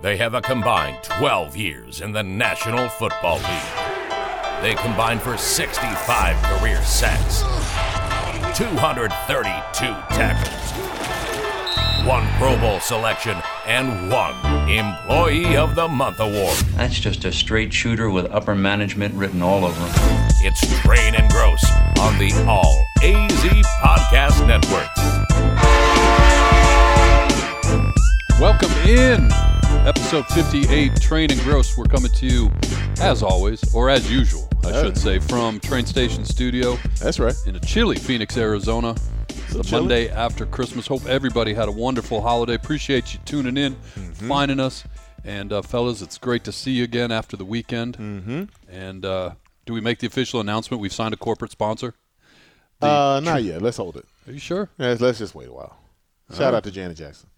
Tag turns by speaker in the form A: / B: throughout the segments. A: They have a combined 12 years in the National Football League. They combined for 65 career sacks, 232 tackles, one Pro Bowl selection, and one Employee of the Month award.
B: That's just a straight shooter with upper management written all over him.
A: It's Train and Gross on the All AZ Podcast Network.
C: Welcome in episode 58 Train and Gross. We're coming to you as always, or as usual, I
D: Oh.
C: should say, from Train Station Studio
D: That's right.
C: in a chilly Phoenix, Arizona. The
D: chilly?
C: Monday after Christmas. Hope everybody had a wonderful holiday. Appreciate you tuning in, finding us. And uh, fellas, it's great to see you again after the weekend. Mm-hmm. And uh, do we make the official announcement? We've signed a corporate sponsor.
D: Uh, not yet. Let's hold it.
C: Are you sure?
D: Let's, let's just wait a while. Shout out to Janet Jackson.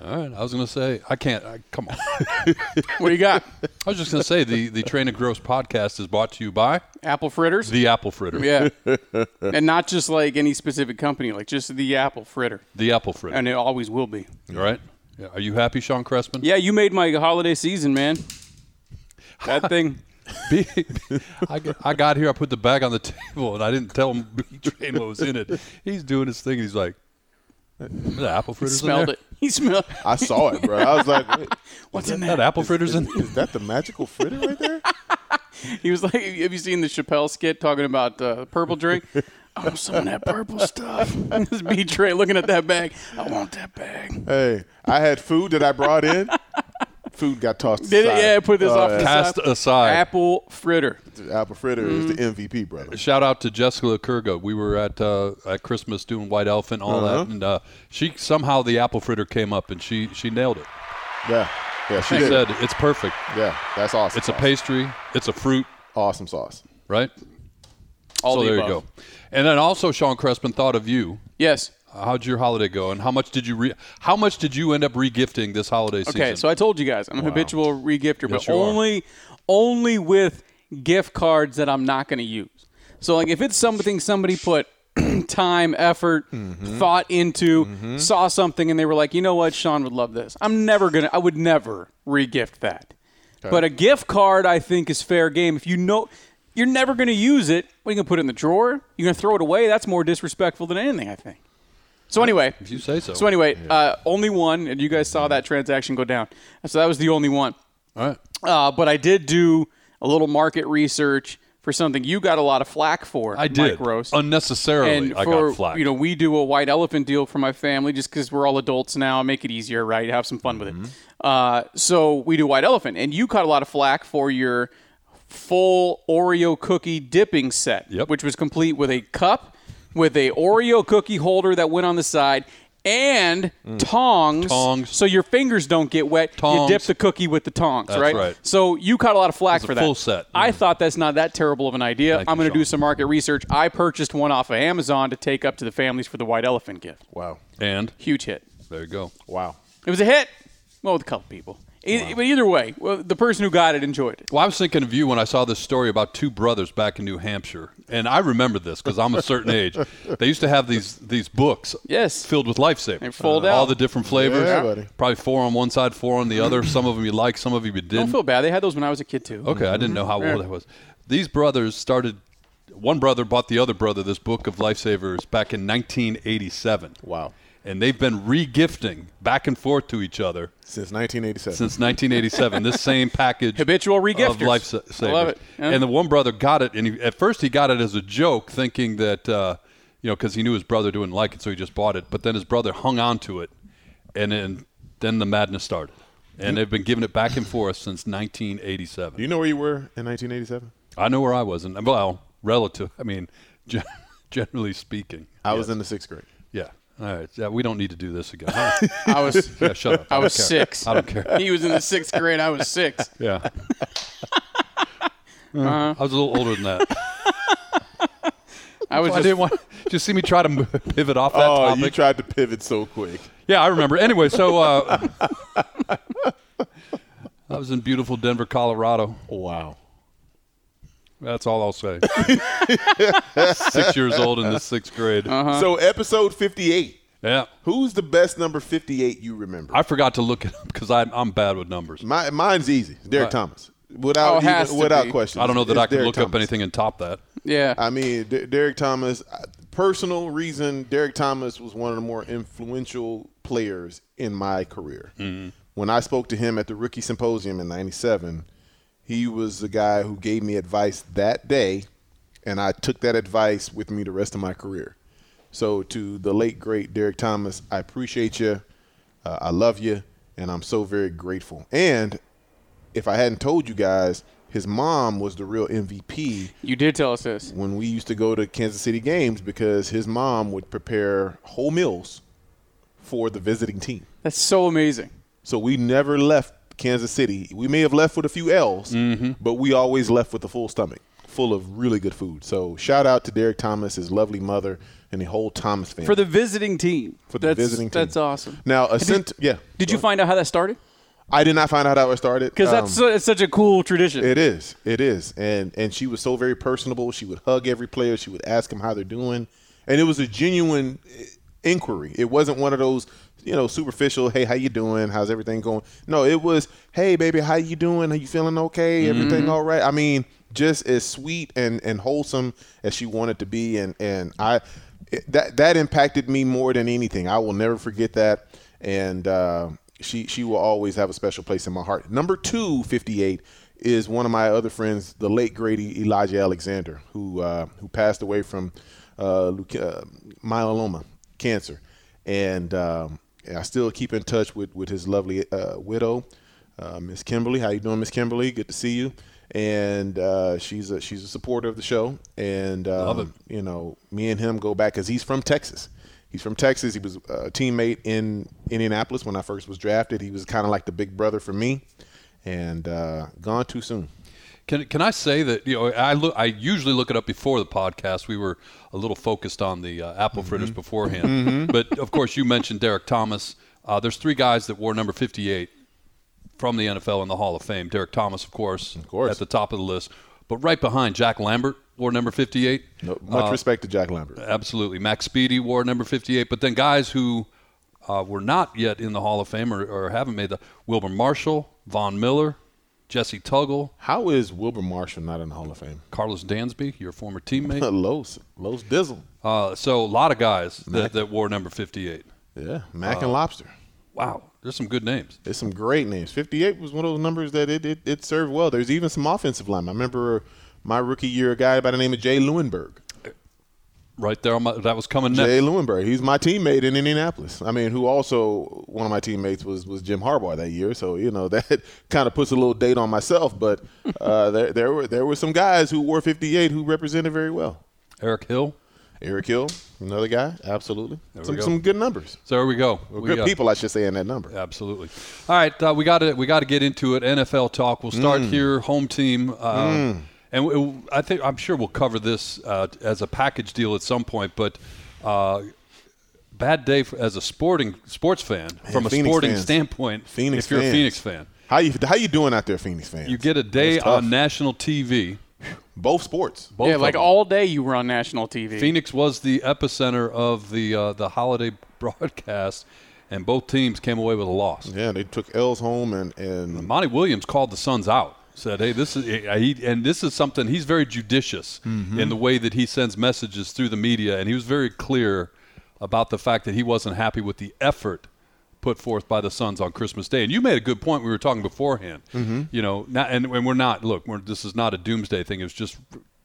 C: All right. I was going to say, I can't. I, come on.
E: What do you got?
C: I was just going to say the, the Train and Gross podcast is brought to you by
E: Apple fritters?
C: The Apple Fritter.
E: yeah. and not just like any specific company, like just the Apple fritter.
C: The Apple Fritter.
E: And it always will be.
C: All right. Yeah. Are you happy, Sean Cressman?
E: Yeah, you made my holiday season, man. That thing.
C: Be- I, got, I got here. I put the bag on the table, and I didn't tell him B train what was in it. He's doing his thing. and He's like, "Is that apple fritters in
E: smelled
C: there?
E: it. He smelled
D: I saw it, bro. I was like, wait,
E: What's in
C: Is that
E: that?
C: apple fritters in there?
D: is that the magical fritter right there?
E: He was like, Have you seen the Chappelle skit talking about uh, purple drink? I want some of that purple stuff. this B tray looking at that bag. I want that bag.
D: Hey, I had food that I brought in. Food got tossed
E: Did
D: aside. Uh,
E: it? Yeah, put this off to the
C: Cast
E: side.
C: aside.
E: Apple fritter.
D: The apple fritter is the MVP, brother.
C: Shout out to Jessica Kurga. We were at uh, at Christmas doing White Elephant, all
E: Uh-huh.
C: that, and uh, she somehow the apple fritter came up, and she she nailed it.
D: Yeah, yeah. She
C: She
D: did.
C: said it's perfect.
D: yeah, that's awesome.
C: It's a
D: sauce.
C: pastry. It's a fruit,
D: Awesome sauce.
C: right?
E: All
C: so
E: the
C: there you
E: above.
C: go. And then also, Sean Cressman thought of you.
E: Yes.
C: How'd your holiday go, and how much did you re- how much did you end up regifting this holiday season?
E: Okay, so I told you guys I'm a habitual regifter,
C: Yes,
E: but
C: you are.
E: only only with gift cards that I'm not going to use. So like if it's something somebody put time, effort,
C: Mm-hmm.
E: thought into, saw something and they were like, "You know what? Sean would love this." I'm never going to I would never regift that. But a gift card I think is fair game. If you know you're never going to use it, what are you going to put it in the drawer? You're going to throw it away? That's more disrespectful than anything, I think. So anyway,
C: if you say so.
E: so anyway, uh, only one, and you guys saw that transaction go down. So that was the only one.
C: All right.
E: Uh, but I did do a little market research for something you got a lot of flack for.
C: I did
E: Mike Rose.
C: unnecessarily.
E: and
C: I
E: for
C: got flack.
E: you know, we do a white elephant deal for my family just because we're all adults now. Make it easier, right? Have some fun
C: Mm-hmm.
E: with it. Uh, so we do white elephant, and you caught a lot of flack for your full Oreo cookie dipping set,
C: Yep.
E: which was complete with a cup, with a Oreo cookie holder that went on the side, and tongs,
C: Mm. Tongs.
E: so your fingers don't get wet.
C: Tongs.
E: You dip the cookie with the tongs,
C: That's
E: right?
C: right.
E: So you caught a lot of flack
C: It's a
E: for that.
C: full set.
E: I thought that's not that terrible of an idea.
C: Thank
E: I'm
C: you,
E: going to do
C: Sean.
E: some market research. I purchased one off of Amazon to take up to the families for the white elephant gift.
D: Wow,
C: and
E: Huge hit.
C: there you go.
D: wow.
E: It was a hit. Well, with a couple people. E- But either way, well, the person who got it enjoyed it.
C: Well, I was thinking of you when I saw this story about two brothers back in New Hampshire, and I remember this because I'm a certain age. They used to have these these books,
E: Yes.
C: filled with lifesavers, Uh,
E: They fold
C: all
E: out.
C: the different flavors.
D: Yeah, buddy.
C: Probably four on one side, four on the other. Some of them you like, some of them you didn't.
E: Don't feel bad. They had those when I was a kid too.
C: Okay, I didn't know how old I was. These brothers started. One brother bought the other brother this book of lifesavers back in 1987.
D: Wow.
C: And they've been regifting back and forth to each other
D: Since 1987.
C: since 1987. this same package,
E: Habitual regifters.
C: of lifesavers.
E: I love it. Yeah.
C: And the one brother got it, and he, at first he got it as a joke, thinking that uh, you know because he knew his brother didn't like it, so he just bought it. But then his brother hung on to it, and then then the madness started. And they've been giving it back and forth since 1987.
D: Do you know where you were in 1987?
C: I know where I was, and well, relative. I mean, gen- generally speaking,
D: I was in the sixth grade.
C: yeah. All right, yeah, we don't need to do this again.
E: I was
C: yeah, shut up.
E: I
C: don't
E: was
C: care.
E: six.
C: I don't care.
E: he was in the sixth grade. I was six.
C: Yeah. Mm, I was a little older than that.
E: I was
C: So I
E: just
C: didn't want. Did you see me try to m- pivot off that
D: Oh, you
C: topic?
D: tried to pivot so quick.
C: yeah, I remember. Anyway, so uh, I was in beautiful Denver, Colorado.
D: Wow.
C: That's all I'll say.
D: Uh-huh.
C: six years old in the sixth grade.
D: So episode 58.
C: Yeah.
D: Who's the best number 58 you remember?
C: I forgot to look it up because I'm, I'm bad with numbers.
D: My, mine's easy. It's Derek Thomas. Without
E: Oh, it has
D: even-
E: to
D: without
E: be.
D: question.
C: I don't know that
D: It's
C: I can
D: Derek
C: look up
D: Thomas.
C: anything and top that.
E: Yeah.
C: Uh,
D: I mean, D- Derek Thomas. uh, Personal reason: Derek Thomas was one of the more influential players in my career. When I spoke to him at the rookie symposium in '97, he was the guy who gave me advice that day, and I took that advice with me the rest of my career. So, to the late great Derek Thomas, I appreciate you. Uh, I love you, and I'm so very grateful. And if I hadn't told you guys, his mom was the real MVP
E: you did tell us this.
D: when we used to go to Kansas City games because his mom would prepare whole meals for the visiting team.
E: That's so amazing.
D: So we never left Kansas City. We may have left with a few L's,
E: Mm-hmm.
D: but we always left with a full stomach, full of really good food. So shout out to Derek Thomas, his lovely mother, and the whole Thomas family.
E: For the visiting team.
D: For the
E: that's,
D: visiting team.
E: That's awesome.
D: now, a cent- yeah.
E: Did you find out how that started?
D: I did not find out how it started
E: Because
D: Um,
E: that's su- it's such a cool tradition.
D: It is. It is. And and she was so very personable. She would hug every player. She would ask them how they're doing, and it was a genuine eh, inquiry. It wasn't one of those you know superficial. Hey, how you doing? How's everything going? No, it was. Hey, baby, how you doing? Are you feeling okay? Everything all right? I mean, just as sweet and and wholesome as she wanted to be, and and I. It, that that impacted me more than anything. I will never forget that, and uh, she she will always have a special place in my heart. Number two fifty eight is one of my other friends, the late great E, Elijah Alexander, who uh, who passed away from uh, leuke- uh, myeloma cancer, and um, and I still keep in touch with with his lovely uh, widow, uh, Miss Kimberly. How you doing, Miss Kimberly? Good to see you. And uh, she's a she's a supporter of the show, and um, you know me and him go back because he's from Texas. He's from Texas. He was a teammate in Indianapolis when I first was drafted. He was kind of like the big brother for me, and uh, gone too soon.
C: Can can I say that you know I look I usually look it up before the podcast. We were a little focused on the uh, apple
D: Mm-hmm.
C: fritters beforehand, but of course you mentioned Derek Thomas. Uh, there's three guys that wore number 58 from the NFL in the Hall of Fame. Derek Thomas, of course, of
D: course.
C: at the top of the list, but right behind Jack Lambert wore number 58.
D: No, much respect to Jack Lambert.
C: Absolutely. Max Speedy wore number 58. But then guys who uh, were not yet in the Hall of Fame or, or haven't made the Wilbur Marshall, Von Miller, Jesse Tuggle,
D: How is Wilbur Marshall not in the Hall of Fame?
C: Carlos Dansby, your former teammate.
D: Los Los Dizzle.
C: Uh, so a lot of guys that, that wore number 58.
D: Yeah, Mac and Lobster.
C: Wow. There's some good names.
D: It's some great names. 58 was one of those numbers that it, it, it served well. There's even some offensive line. I remember my rookie year, a guy by the name of Jay Lewinberg.
C: Right there on my, that was coming next.
D: Jay Lewinberg. He's my teammate in Indianapolis. I mean, who also one of my teammates was was Jim Harbaugh that year. So you know that kind of puts a little date on myself. But uh, there there were there were some guys who wore 58 who represented very well.
C: Eric Hill.
D: Eric Hill, another guy, absolutely.
C: we
D: Some
C: go.
D: some good numbers.
C: So there we go.
D: Or
C: We,
D: good
C: uh,
D: people, I should say, in that number.
C: Absolutely. All right, uh, we got to we got to get into it. NFL talk. We'll start
D: Mm.
C: here. Home team, uh, and we, I think I'm sure we'll cover this uh, as a package deal at some point. But uh, bad day for, as a sporting sports fan from a
D: Phoenix
C: sporting
D: fans.
C: standpoint.
D: Phoenix
C: if you're
D: fans.
C: a Phoenix fan,
D: How you how you doing out there, Phoenix fans?
C: you get a day
D: That's tough.
C: on national TV.
D: both sports.
C: Both
E: yeah,
C: of
E: like
C: them.
E: all day you were on national TV.
C: Phoenix was the epicenter of the uh, the holiday broadcast, and both teams came away with a loss.
D: Yeah, they took L's home and and
C: Monty Williams called the Suns out. Said, "Hey, this is eh, he, and this is something he's very judicious in the way that he sends messages through the media, and he was very clear about the fact that he wasn't happy with the effort put forth by the Suns on Christmas Day." And you made a good point. We were talking beforehand, you know, not, and, and we're not. Look, we're, this is not a doomsday thing. It was just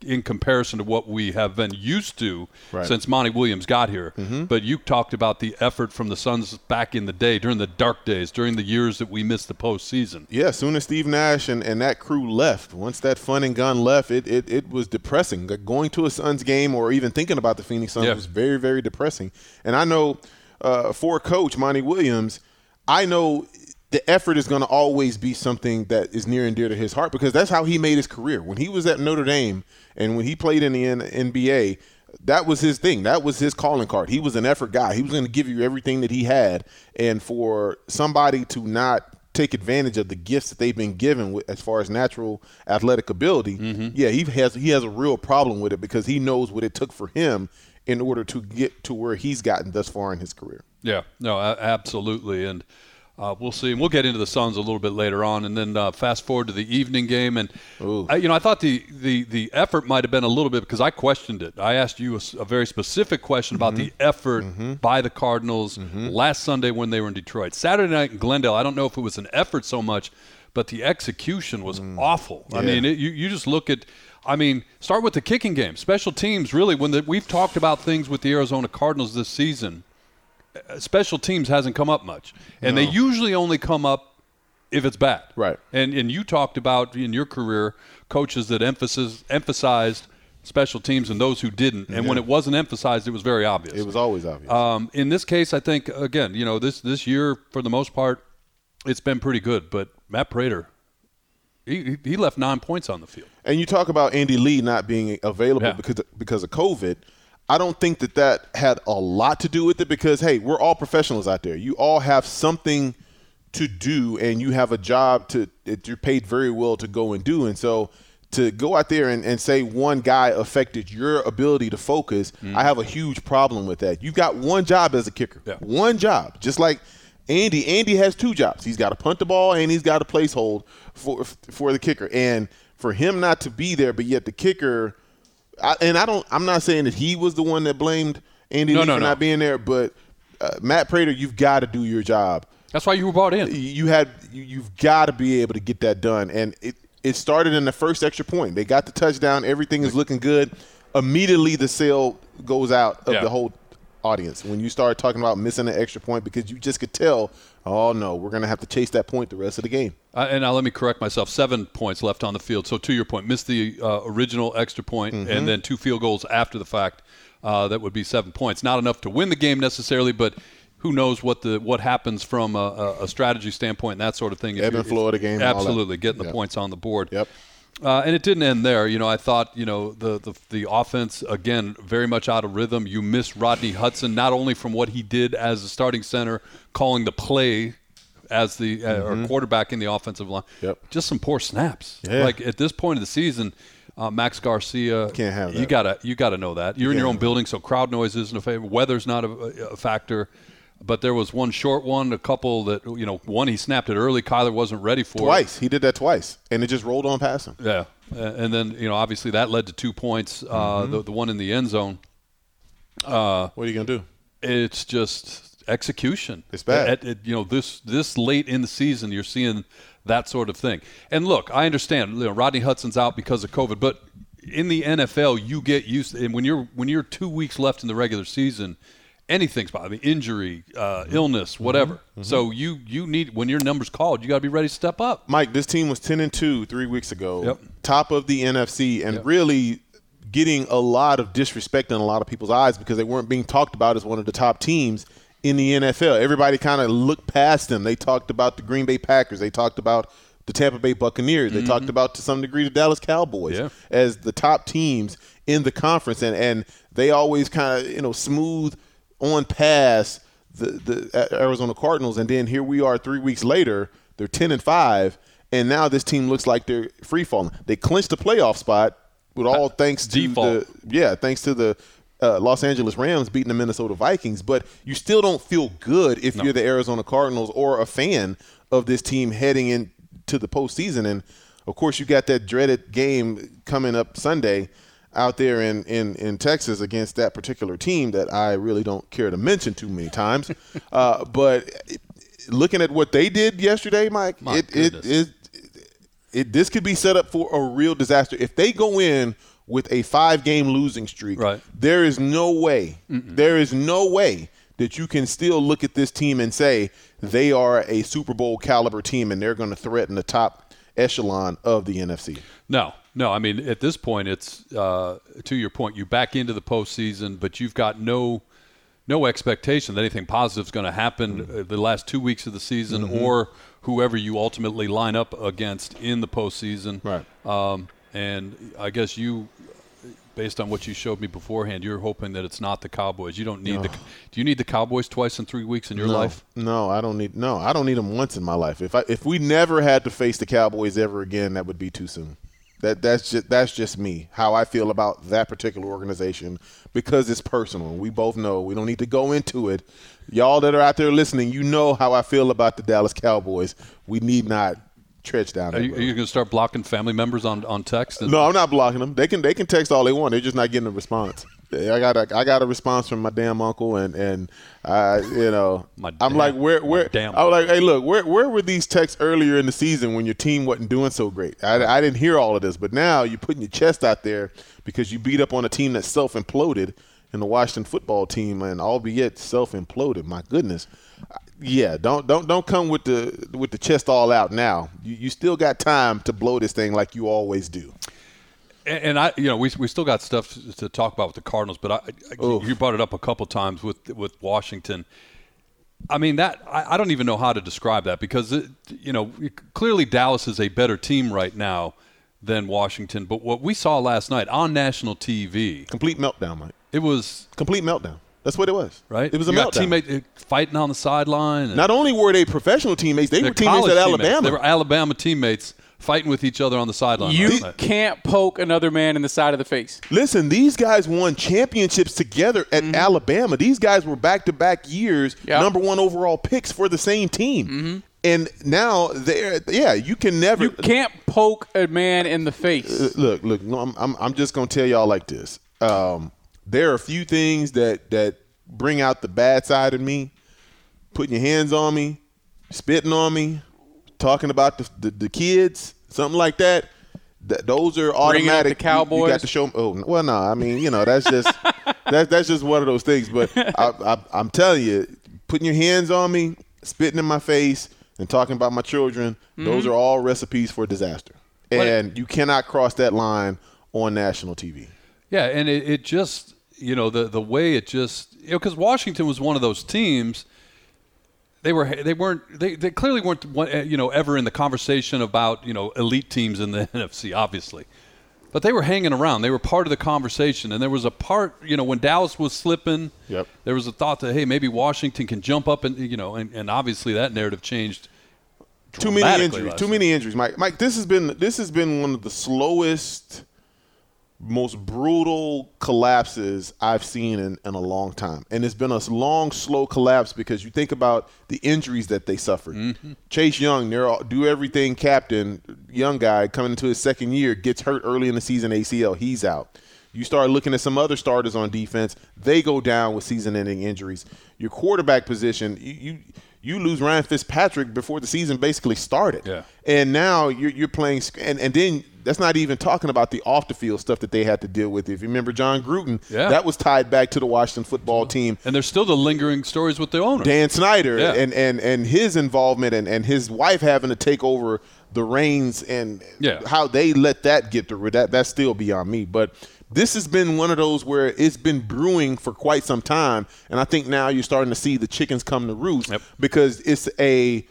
C: in comparison to what we have been used to
D: Right.
C: since Monty Williams got here. But you talked about the effort from the Suns back in the day, during the dark days, during the years that we missed the postseason.
D: yeah, as soon as Steve Nash and, and that crew left, once that fun and gun left, it, it, it was depressing. Like, Going to a Suns game or even thinking about the Phoenix Suns
C: Yeah.
D: was very, very depressing. And I know uh, for coach Monty Williams, I know the effort is going to always be something that is near and dear to his heart because that's how he made his career. When he was at Notre Dame and when he played in the N- NBA, that was his thing. That was his calling card. He was an effort guy. He was going to give you everything that he had. And for somebody to not take advantage of the gifts that they've been given with, as far as natural athletic ability, yeah, he has he has a real problem with it because he knows what it took for him in order to get to where he's gotten thus far in his career.
C: Yeah, no, a- absolutely, and uh, we'll see. And we'll get into the Suns a little bit later on, and then uh, fast forward to the evening game. And I, you know, I thought the the the effort might have been a little bit because I questioned it. I asked you a, s- a very specific question about the effort by the Cardinals last Sunday when they were in Detroit. Saturday night in Glendale, I don't know if it was an effort so much, but the execution was awful. I mean, it, you you just look at. I mean, start with the kicking game. Special teams, really. When the, we've talked about things with the Arizona Cardinals this season, special teams hasn't come up much, and they usually only come up if it's bad.
D: Right.
C: And and you talked about in your career coaches that emphasis emphasized special teams and those who didn't, and when it wasn't emphasized, it was very obvious.
D: It was always obvious.
C: Um, in this case, I think again, you know, this this year for the most part, it's been pretty good. But Matt Prater, he he- he left nine points on the field.
D: And you talk about Andy Lee not being available
C: Yeah.
D: because because of COVID. I don't think that that had a lot to do with it because hey, we're all professionals out there. You all have something to do, and you have a job to that you're paid very well to go and do. And so to go out there and, and say one guy affected your ability to focus,
C: Mm.
D: I have a huge problem with that. You've got one job as a kicker,
C: Yeah.
D: one job, just like. Andy, Andy has two jobs. He's got to punt the ball and he's got to place hold for for the kicker. And for him not to be there, but yet the kicker, I, and I don't. I'm not saying that he was the one that blamed Andy
C: No,
D: Lee
C: no,
D: for
C: no.
D: not being there, but uh, Matt Prater, you've got to do your job.
C: That's why you were brought in.
D: You- You had you, you've got to be able to get that done, and it it started in the first extra point. They got the touchdown. Everything is looking good. Immediately, the sale goes out of
C: Yeah.
D: the whole audience when you start talking about missing an extra point because you just could tell. Oh no, we're gonna have to chase that point the rest of the game.
C: Uh, and now let me correct myself. Seven points left on the field. So to your point, missed the uh, original extra point
D: Mm-hmm.
C: and then two field goals after the fact. Uh, that would be seven points. Not enough to win the game necessarily, but who knows what the what happens from a, a, a strategy standpoint and that sort of thing. If
D: Ebb and
C: you're- if-
D: flow of the game and all that.
C: Absolutely, getting the
D: Yeah.
C: points on the board.
D: Yep.
C: Uh, and it didn't end there. You know, I thought you know the, the the offense again very much out of rhythm. You miss Rodney Hudson not only from what he did as a starting center, calling the play as the uh, or quarterback in the offensive line.
D: Mm-hmm. Yep.
C: Just some poor snaps.
D: Yeah.
C: Like at this point of the season, uh, Max Garcia
D: Can't have
C: You
D: that.
C: gotta you gotta know that you're in your own building, so crowd noise isn't a favor. Weather's not a, a factor. But there was one short one, a couple that you know. One he snapped it early. Kyler wasn't ready for it.
D: Twice he did that twice, and it just rolled on past him.
C: Yeah, Uh, and then you know obviously that led to two points. Uh,
D: Mm-hmm.
C: the, the one in the end zone.
D: What are you gonna do?
C: It's just execution.
D: It's bad.
C: At- at- you know this this late in the season, you're seeing that sort of thing. And look, I understand. You know, Rodney Hudson's out because of COVID, but in the NFL, you get used. and when you're when you're two weeks left in the regular season. Anything's possible. I mean, injury, uh, illness, whatever.
D: Mm-hmm.
C: So you you need when your number's called, you got to be ready to step up.
D: Mike, this team was ten and two three weeks ago,
C: Yep.
D: top of the NFC, and really getting a lot of disrespect in a lot of people's eyes because they weren't being talked about as one of the top teams in the NFL. Everybody kind of looked past them. They talked about the Green Bay Packers. They talked about the Tampa Bay Buccaneers. They talked about to some degree the Dallas Cowboys
C: Mm-hmm. Yeah.
D: as the top teams in the conference, and and they always kind of you know smooth on past the the A- Arizona Cardinals, and then here we are three weeks later, they're ten and five, and now this team looks like they're free falling. They clinched the playoff spot with all thanks to
C: Default.
D: the yeah, thanks to the. Uh, Los Angeles Rams beating the Minnesota Vikings, but you still don't feel good if you're the Arizona Cardinals or a fan of this team heading into the postseason. And of course, you got that dreaded game coming up Sunday out there in, in, in Texas against that particular team that I really don't care to mention too many times. uh, but it- looking at what they did yesterday, Mike,
C: My
D: it, it,
C: goodness.
D: it, it, this could be set up for a real disaster. If they go in with a five game losing streak,
C: Right.
D: there is no way, there is no way that you can still look at this team and say they are a Super Bowl caliber team and they're going to threaten the top echelon of the NFC.
C: No, no. I mean, at this point, it's uh, to your point. You back into the postseason, but you've got no no expectation that anything positive is going to happen
D: Mm-hmm.
C: uh the last two weeks of the season or whoever you ultimately line up against in the postseason.
D: Right.
C: Um, and I guess you, based on what you showed me beforehand, you're hoping that it's not the Cowboys. You don't need the. Do you need the Cowboys twice in three weeks in your
D: no,
C: life?
D: No, I don't need no, I don't need them once in my life. If I if we never had to face the Cowboys ever again, that would be too soon. That that's just that's just me how I feel about that particular organization because it's personal. We both know we don't need to go into it. Y'all that are out there listening, you know how I feel about the Dallas Cowboys. We need not tread down.
C: Are
D: that
C: you,
D: road.
C: are you going to start blocking family members on, on text? And,
D: No, I'm not blocking them. They can they can text all they want. They're just not getting a response. I got a I got a response from my damn uncle and and I you know
C: My
D: I'm
C: damn-
D: like where
C: my
D: where
C: damn
D: I was like hey look where where were these texts earlier in the season when your team wasn't doing so great I, I didn't hear all of this but now you're putting your chest out there because you beat up on a team that self imploded in the Washington football team and albeit self imploded my goodness yeah, don't don't don't come with the with the chest all out now. You, you still got time to blow this thing like you always do.
C: and I, you know, we, we still got stuff to- to talk about with the Cardinals, but I, I- you brought it up a couple times with with Washington. I mean that I, I don't even know how to describe that because it, you know clearly Dallas is a better team right now than Washington, but what we saw last night on national TV,
D: Complete meltdown, Mike.
C: it was
D: Complete meltdown. That's what it was.
C: right.
D: It was a
C: you got
D: meltdown.
C: teammate uh, fighting on the sideline. and-
D: Not only were they professional teammates, they
C: They're
D: were teammates
C: college
D: at
C: teammates.
D: Alabama.
C: They were Alabama teammates fighting with each other on the sideline.
E: You
C: last night.
E: can't poke another man in the side of the face.
D: Listen, these guys won championships together at
C: Mm-hmm.
D: Alabama. These guys were back to back years
E: Yeah.
D: number one overall picks for the same team.
C: Mm-hmm.
D: And now they're yeah, you can never
E: You can't poke a man in the face.
D: Uh, look, look. No, I'm, I'm, I'm just gonna tell y'all like this. Um, there are a few things that that bring out the bad side of me. Putting your hands on me, spitting on me, talking about the the, the kids, something like that. Th- those are
E: Bringing up the
D: automatic. You- You,
E: Cowboys.
D: got to show. Oh well, no. I mean, you know, that's just that's that's just one of those things. But I, I, I'm telling you, putting your hands on me, spitting in my face, and talking about my children. Those are all recipes for disaster. And you cannot cross that line on national TV.
C: Yeah, and it, it just you know the the way it just you know because Washington was one of those teams. They were they weren't they, they clearly weren't one- eh, you know ever in the conversation about you know elite teams in the NFC obviously, but they were hanging around. They were part of the conversation, and there was a part you know when Dallas was slipping.
D: Yep.
C: There was a thought that hey maybe Washington can jump up and you know and, and obviously that narrative changed.
D: Too many
C: dramatically
D: injuries.
C: last
D: Too many injuries, Mike. Mike, this has been this has been one of the slowest, most brutal collapses I've seen in, in a long time, and it's been a long, slow collapse because you think about the injuries that they suffered. Chase Young, their all- do everything captain, young guy coming into his second year, gets hurt early in the season ACL. He's out. You start looking at some other starters on defense; they go down with season-ending injuries. Your quarterback position, you. you you lose Ryan Fitzpatrick before the season basically started.
C: Yeah.
D: And now you're, you're playing, sc- and, and then that's not even talking about the off the field stuff that they had to deal with. If you remember John Gruden,
C: Yeah.
D: that was tied back to the Washington football team.
C: And there's still the lingering stories with the owner.
D: Dan Snyder
C: Yeah.
D: and, and, and his involvement and, and his wife having to take over the reins and
C: Yeah.
D: how they let that get through that that's still beyond me. But this has been one of those where it's been brewing for quite some time, and I think now you're starting to see the chickens come to roost
C: Yep.
D: because it's a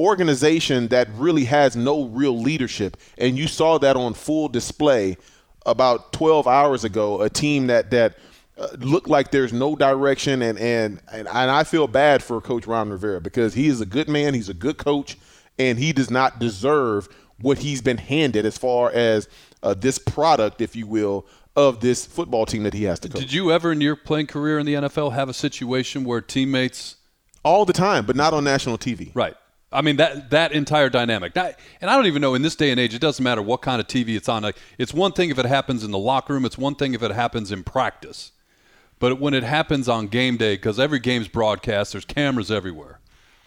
D: organization that really has no real leadership, and you saw that on full display about 12 hours ago. A team that that uh, looked like there's no direction, and and and and I feel bad for Coach Ron Rivera because he is a good man, he's a good coach, and he does not deserve what he's been handed as far as uh, this product, if you will, of this football team that he has to coach.
C: Did you ever in your playing career in the NFL have a situation where teammates?
D: All the time, but not on national TV.
C: Right. I mean that that entire dynamic. That- and I don't even know in this day and age. It doesn't matter what kind of TV it's on. Like, it's one thing if it happens in the locker room. It's one thing if it happens in practice. But when it happens on game day, because every game's broadcast, there's cameras everywhere.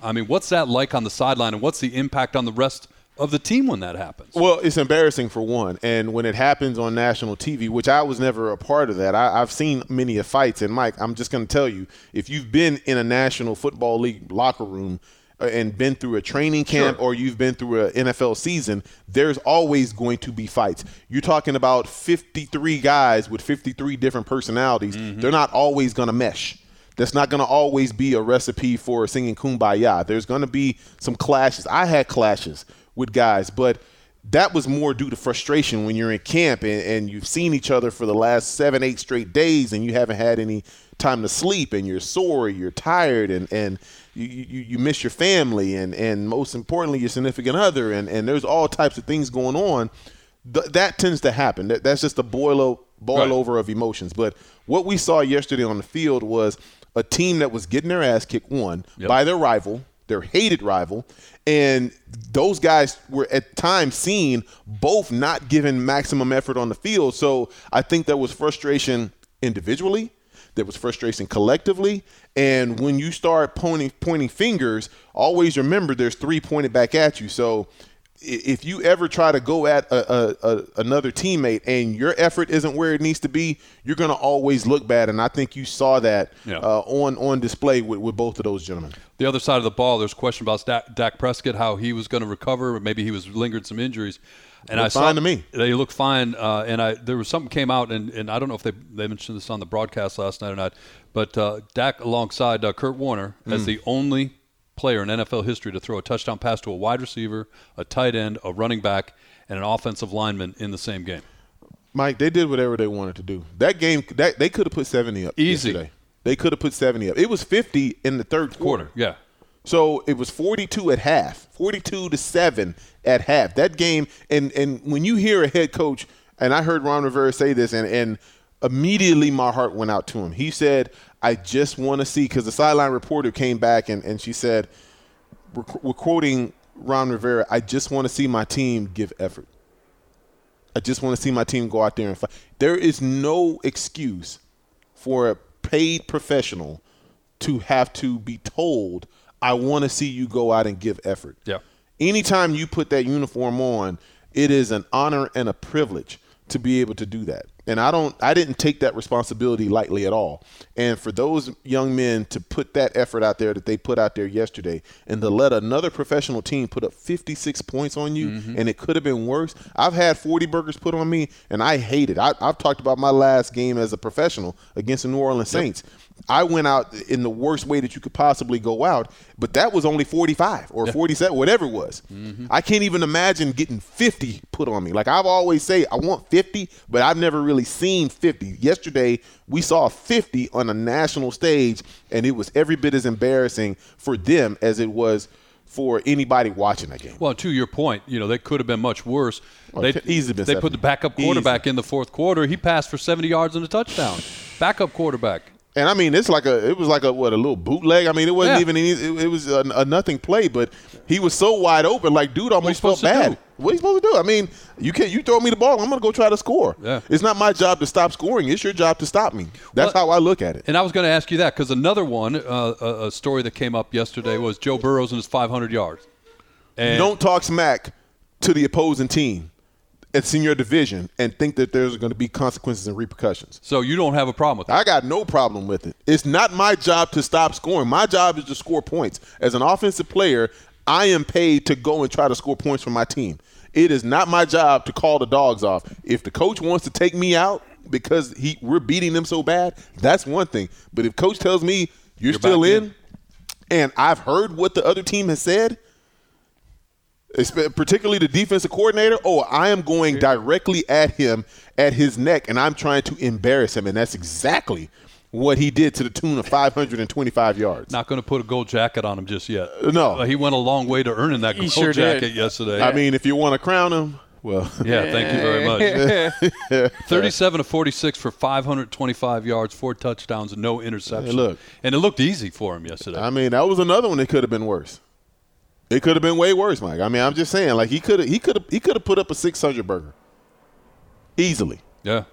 C: I mean, what's that like on the sideline, and what's the impact on the rest of the team when that happens?
D: Well, it's embarrassing for one, and when it happens on national TV, which I was never a part of that. I, I've seen many of fights, and Mike, I'm just going to tell you, if you've been in a national football league locker room uh, and been through a training camp or you've been through an NFL season, there's always going to be fights. You're talking about 53 guys with 53 different personalities. They're not always going to mesh that's not going to always be a recipe for singing kumbaya. There's going to be some clashes. I had clashes with guys, but that was more due to frustration when you're in camp and, and you've seen each other for the last seven, eight straight days and you haven't had any time to sleep and you're sore, you're tired, and, and you, you, you miss your family and, and most importantly, your significant other. And, and there's all types of things going on th- that tends to happen. That, that's just the boil boil
C: Right.
D: over of emotions. But what we saw yesterday on the field was a team that was getting their ass kicked one by their rival, their hated rival, and those guys were at times seen both not giving maximum effort on the field. So I think there was frustration individually. There was frustration collectively, and when you start pointing pointing fingers, always remember there's three pointed back at you. So i- if you ever try to go at a, a, a, another teammate and your effort isn't where it needs to be, you're going to always look bad. And I think you saw that
C: Yeah.
D: uh, on on display with, with both of those gentlemen.
C: The other side of the ball, there's question about Dak, Dak Prescott, how he was going to recover. Maybe he was lingered some injuries. And I
D: Looked
C: saw
D: fine to me.
C: They look fine. Uh, and I there was something came out, and, and I don't know if they, they mentioned this on the broadcast last night or not, but uh, Dak alongside uh, Kurt Warner
D: Hmm.
C: as the only player in NFL history to throw a touchdown pass to a wide receiver, a tight end, a running back, and an offensive lineman in the same game.
D: Mike, they did whatever they wanted to do. That game, that they could have put seventy up.
C: Easy.
D: yesterday. They could have put seventy up. It was fifty in the third quarter.
C: Quarter, yeah.
D: So it was 42 at half, 42 to 7 at half. That game, and, and when you hear a head coach, and I heard Ron Rivera say this, and, and immediately my heart went out to him. He said, I just want to see, because the sideline reporter came back and, and she said, we're, we're quoting Ron Rivera, I just want to see my team give effort. I just want to see my team go out there and fight. There is no excuse for a paid professional to have to be told, I want to see you go out and give effort.
C: Yeah.
D: Anytime you put that uniform on, it is an honor and a privilege to be able to do that. And I don't I didn't take that responsibility lightly at all. And for those young men to put that effort out there that they put out there yesterday and to let another professional team put up 56 points on you and it could have been worse. I've had 40 burgers put on me and I hate it. I, I've talked about my last game as a professional against the New Orleans Saints. I went out in the worst way that you could possibly go out, but that was only 45 or 47, whatever it was. I can't even imagine getting 50 put on me. Like I've always say, I want 50, but I've never really seen 50. Yesterday, we saw 50 on a national stage, and it was every bit as embarrassing for them as it was for anybody watching that game.
C: Well, to your point, you know, they could have been much worse. They,
D: it could easily been
C: they
D: 70.
C: put the backup quarterback in the fourth quarter. He passed for 70 yards and a touchdown. Backup quarterback.
D: And I mean, it's like a, it was like a what a little bootleg. I mean, it wasn't
C: Yeah.
D: even any, it, it was a, a nothing play, but he was so wide open. Like, dude, almost
C: supposed
D: felt
C: to
D: bad.
C: do?
D: What are you supposed to do? I mean, you can not you throw me the ball, I'm gonna go try to score.
C: Yeah.
D: It's not my job to stop scoring. It's your job to stop me. That's
C: Well-
D: how I look at it.
C: And I was going to ask you that because another one, uh, a, a story that came up yesterday was Joe Burrows and his 500 yards. And
D: Don't talk smack to the opposing team. It's in your division, and think that there's going to be consequences and repercussions.
C: so you don't have a problem with that.
D: I got no problem with it. It's not my job to stop scoring. My job is to score points. As an offensive player, I am paid to go and try to score points for my team. It is not my job to call the dogs off. If the coach wants to take me out because he we're beating them so bad, that's one thing. But if coach tells me you're, still
C: back
D: in,
C: in.
D: and I've heard what the other team has said, espe- particularly the defensive coordinator, oh, I am going directly at him at his neck and I'm trying to embarrass him. And that's exactly what he did to the tune of 525 yards.
C: Not going to put a gold jacket on him just yet.
D: No.
C: Uh, he went a long way to earning that
E: He
C: gold
E: sure did.
C: jacket yesterday.
D: I mean, if you want to crown him, well,
C: yeah, thank you very much. 37 to 46 for 525 yards, four touchdowns, and no interceptions.
D: look.
C: And it looked easy for him yesterday.
D: I mean, that was another one that could have been worse. It could have been way worse, Mike. I mean, I'm just saying, like he could have, he could have, he could have put up a 600 burger easily.
C: yeah.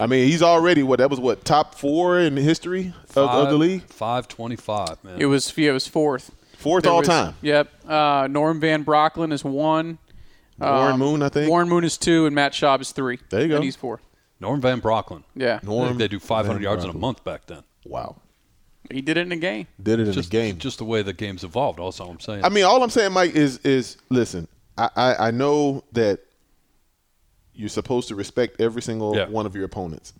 D: I mean, he's already what that was what top four in the history of, of the league,
C: 525, man.
E: It was yeah, it was fourth.
D: fourth
E: There
D: all
E: was-
D: time.
E: Yep. Uh, Norm Van Brocklin is one.
D: Warren Moon, I think.
E: Warren Moon is two, and Matt Schaub is three.
D: There you go.
E: And he's four.
C: Norm Van Brocklin.
E: Yeah.
D: Norm-
C: I think they do 500
D: Van
C: yards in
D: Brocklin.
C: a month back then.
D: Wow,
E: He did it in a game.
D: did it in
C: Just,
D: the game.
C: just the way the game's evolved, also, I'm saying.
D: I mean, all I'm saying, Mike, is is listen. I I, I know that you're supposed to respect every single
C: Yeah.
D: one of your opponents.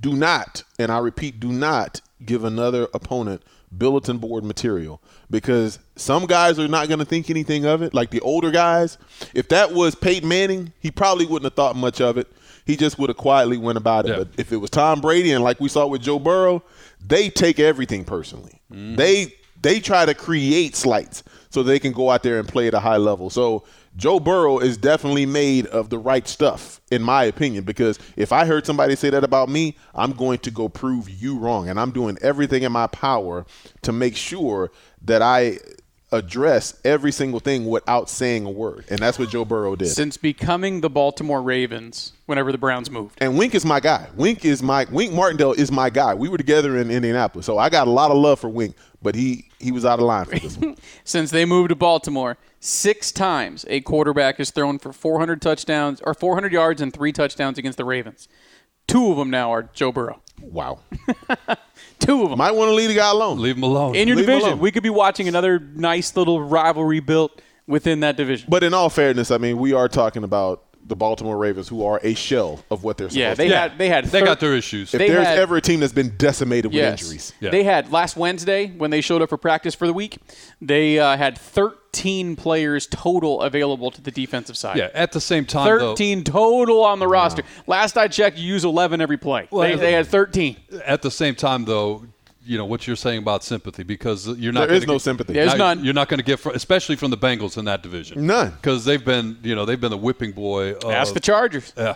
D: Do not, and I repeat, do not give another opponent bulletin board material because some guys are not going to think anything of it. Like the older guys, if that was Peyton Manning, he probably wouldn't have thought much of it. He just would have quietly went about it.
C: Yeah.
D: But if it was Tom Brady and like we saw with Joe Burrow, they take everything personally. They They try to create slights so they can go out there and play at a high level. So Joe Burrow is definitely made of the right stuff, in my opinion, because if I heard somebody say that about me, I'm going to go prove you wrong. And I'm doing everything in my power to make sure that I address every single thing without saying a word. And that's what Joe Burrow did.
E: Since becoming the Baltimore Ravens, whenever the Browns moved,
D: And Wink is my guy. Wink is my Wink Martindale is my guy. We were together in Indianapolis, so I got a lot of love for Wink, but he he was out of line for this one.
E: since they moved to Baltimore, six times a quarterback has thrown for 400 touchdowns or 400 yards and three touchdowns against the Ravens. Two of them now are Joe Burrow.
D: Wow.
E: Two of them.
D: Might want to leave the guy alone.
C: Leave him alone.
E: in your
D: Leave him
E: division,
D: alone.
E: we could be watching another nice little rivalry built within that division.
D: But in all fairness, I mean, we are talking about the Baltimore Ravens, who are a shell of what they're supposed
E: yeah,
D: to
E: they
D: be.
E: had they had
C: They
E: thir-
C: got their issues.
D: If
E: they
D: there's
E: had-
D: ever a team that's been decimated with
E: Yes.
D: injuries,
C: Yeah.
E: They had last Wednesday when they showed up for practice for the week. They uh, had 13 players total available to the defensive side.
C: yeah, at the same time, though-
E: 13 total on the roster. Last I checked, you use 11 every play. they, they had 13.
C: at the same time, though, you know what you're saying about sympathy because you're not.
D: There is
C: gonna
D: no
C: get-
D: sympathy.
E: There's
C: now,
E: none.
C: You're not going to get, fr- especially from the Bengals in that division.
D: None.
C: because they've been, you know, they've been the whipping boy. Of,
E: Ask the Chargers.
C: Yeah.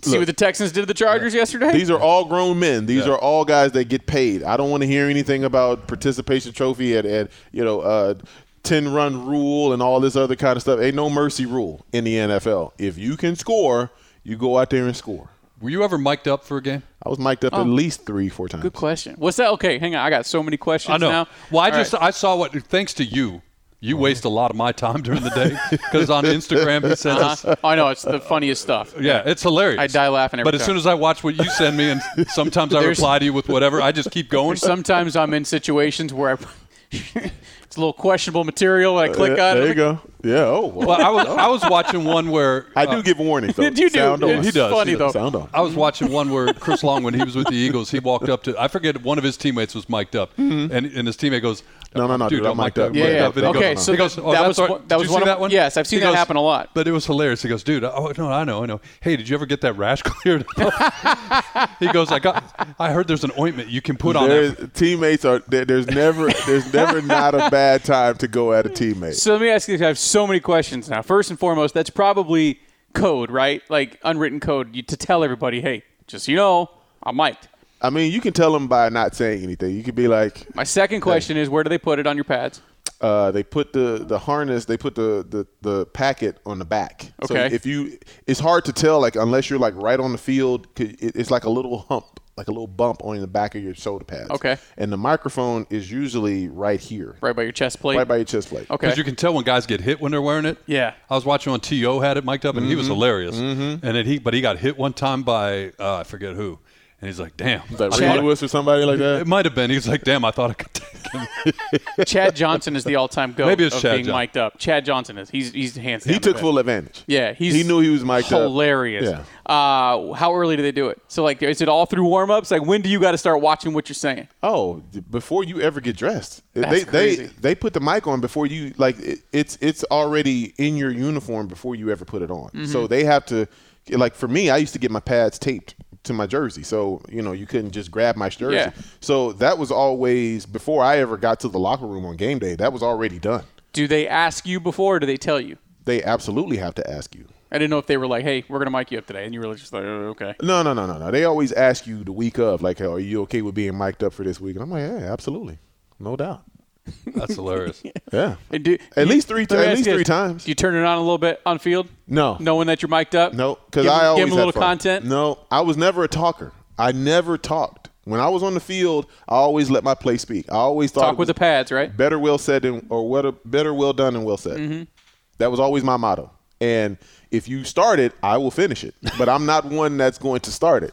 E: See what the Texans did to the Chargers yesterday?
D: These are all grown men. These are all guys that get paid. I don't want to hear anything about participation trophy at, at you know uh, ten run rule and all this other kind of stuff. Ain't no mercy rule in the NFL. If you can score, you go out there and score.
C: Were you ever mic'd up for a game?
D: I was mic'd up at least three, four times.
E: Oh. Good question. What's that? Okay, hang on. I got so many questions
C: I know.
E: now.
C: Well, I
E: All
C: just
E: right.
C: I saw what. Thanks to you, you waste a lot of my time during the day because on Instagram he sends. us-
E: Uh-huh. I know. It's the funniest stuff.
C: Yeah, it's hilarious.
E: I die laughing every
C: But as
E: time.
C: soon as I watch what you send me, and sometimes I
E: There's-
C: reply to you with whatever, I just keep going.
E: Sometimes I'm in situations where I, it's a little questionable material. I click on it.
D: There you go. Yeah. Oh. Well.
C: Well, I was I was watching one where
D: I do give warnings. Though.
E: uh, You do.
D: Sound
E: Yeah,
D: on.
E: he does. Funny,
D: He does.
E: though.
D: Sound on.
C: I was watching one where Chris Long, when he was with the Eagles, he walked up to I forget one of his teammates was mic'd up,
E: Mm-hmm.
C: and, and his teammate goes,
D: No, no, no, dude, I'm mic'd up.
C: I'm mic'd
E: Yeah, yeah.
C: up." And he
E: Okay,
C: goes-
E: so
C: he goes, "Oh,
E: that
C: that's
E: was
C: all right.
E: one- that
C: Did
E: was
C: you
E: one
C: see
E: of-
C: that one.
E: yes, I've seen
C: He
E: that
C: goes-
E: happen a lot.
C: But it was hilarious. He goes, dude, oh no, I know, I know. Hey, did you ever get that rash cleared? up?" he goes, I got, I heard there's an ointment you can put on
D: There's,
C: that.
D: teammates are there, there's never there's never not a bad time to go at a teammate.
E: So let me ask you. I have so many questions now. First and foremost, that's probably code, right? Like unwritten code you, to tell everybody, hey, just so you know, I'm mic'd.
D: I mean, you can tell them by not saying anything. You could be like,
E: My second question is, where do they put it on your pads?
D: uh, they put the the harness, they put the the, the packet on the back.
E: Okay.
D: So if you, it's hard to tell like unless you're like right on the field, 'cause it- it's like a little hump, like a little bump on the back of your shoulder pads.
E: Okay.
D: And the microphone is usually right here,
E: Right by your chest plate.
D: right by your chest plate.
E: Okay.
C: Because you can tell when guys get hit when they're wearing it.
E: Yeah. Mm-hmm.
C: I was watching on To had it mic'd up, and he was hilarious. And then he, but he got hit one time by uh, I forget who, and he's like, damn,
D: Like
C: I
D: Ray
C: thought-
D: Lewis or somebody like uh, that.
C: It might have been. He was like, damn, I thought I could take him.
E: Chad Johnson is the all-time goat
C: Maybe it's
E: of
C: Chad
E: being
C: Johnson.
E: mic'd up. Chad Johnson is. He's he's hands down
D: He
E: the
D: took
E: best.
D: full advantage.
E: Yeah, he's
D: he knew he was mic'd up.
E: hilarious.
D: Yeah.
E: Uh, how early do they do it? So like, is it all through warm-ups? Like, when do you got to start watching what you're saying?
D: Oh, d- before you ever get dressed, they
E: crazy.
D: they they put the mic on before you like it, it's it's already in your uniform before you ever put it on.
E: Mm-hmm.
D: So they have to like for me, I used to get my pads taped to my jersey, so you know you couldn't just grab my jersey.
E: Yeah.
D: So that was always before I ever got to the locker room on game day. That was already done.
E: Do they ask you before? or Do they tell you?
D: They absolutely have to ask you.
E: I didn't know if they were like, "Hey, we're gonna mic you up today," and you were just like, oh, "Okay."
D: No, no, no, no, no. They always ask you the week of, like, "Are you okay with being mic'd up for this week?" And I'm like, "Yeah, absolutely, no doubt."
C: That's hilarious.
D: Yeah.
E: And do-
D: At least three-
E: let me
D: at
E: ask
D: least
E: you
D: three
E: this.
D: times.
E: Do you turn it on a little bit on field?
D: No.
E: Knowing that you're mic'd up.
D: No, because
E: Give
D: I
E: him-
D: always
E: give him a
D: had
E: little
D: fun.
E: content.
D: No, I was never a talker. I never talked. When I was on the field, I always let my play speak. I always thought
E: Talk
D: it
E: with the
D: was
E: pads, right?
D: better well said than or whether better well done than well said.
E: Mm-hmm.
D: That was always my motto. And if you start it, I will finish it. But I'm not one that's going to start it.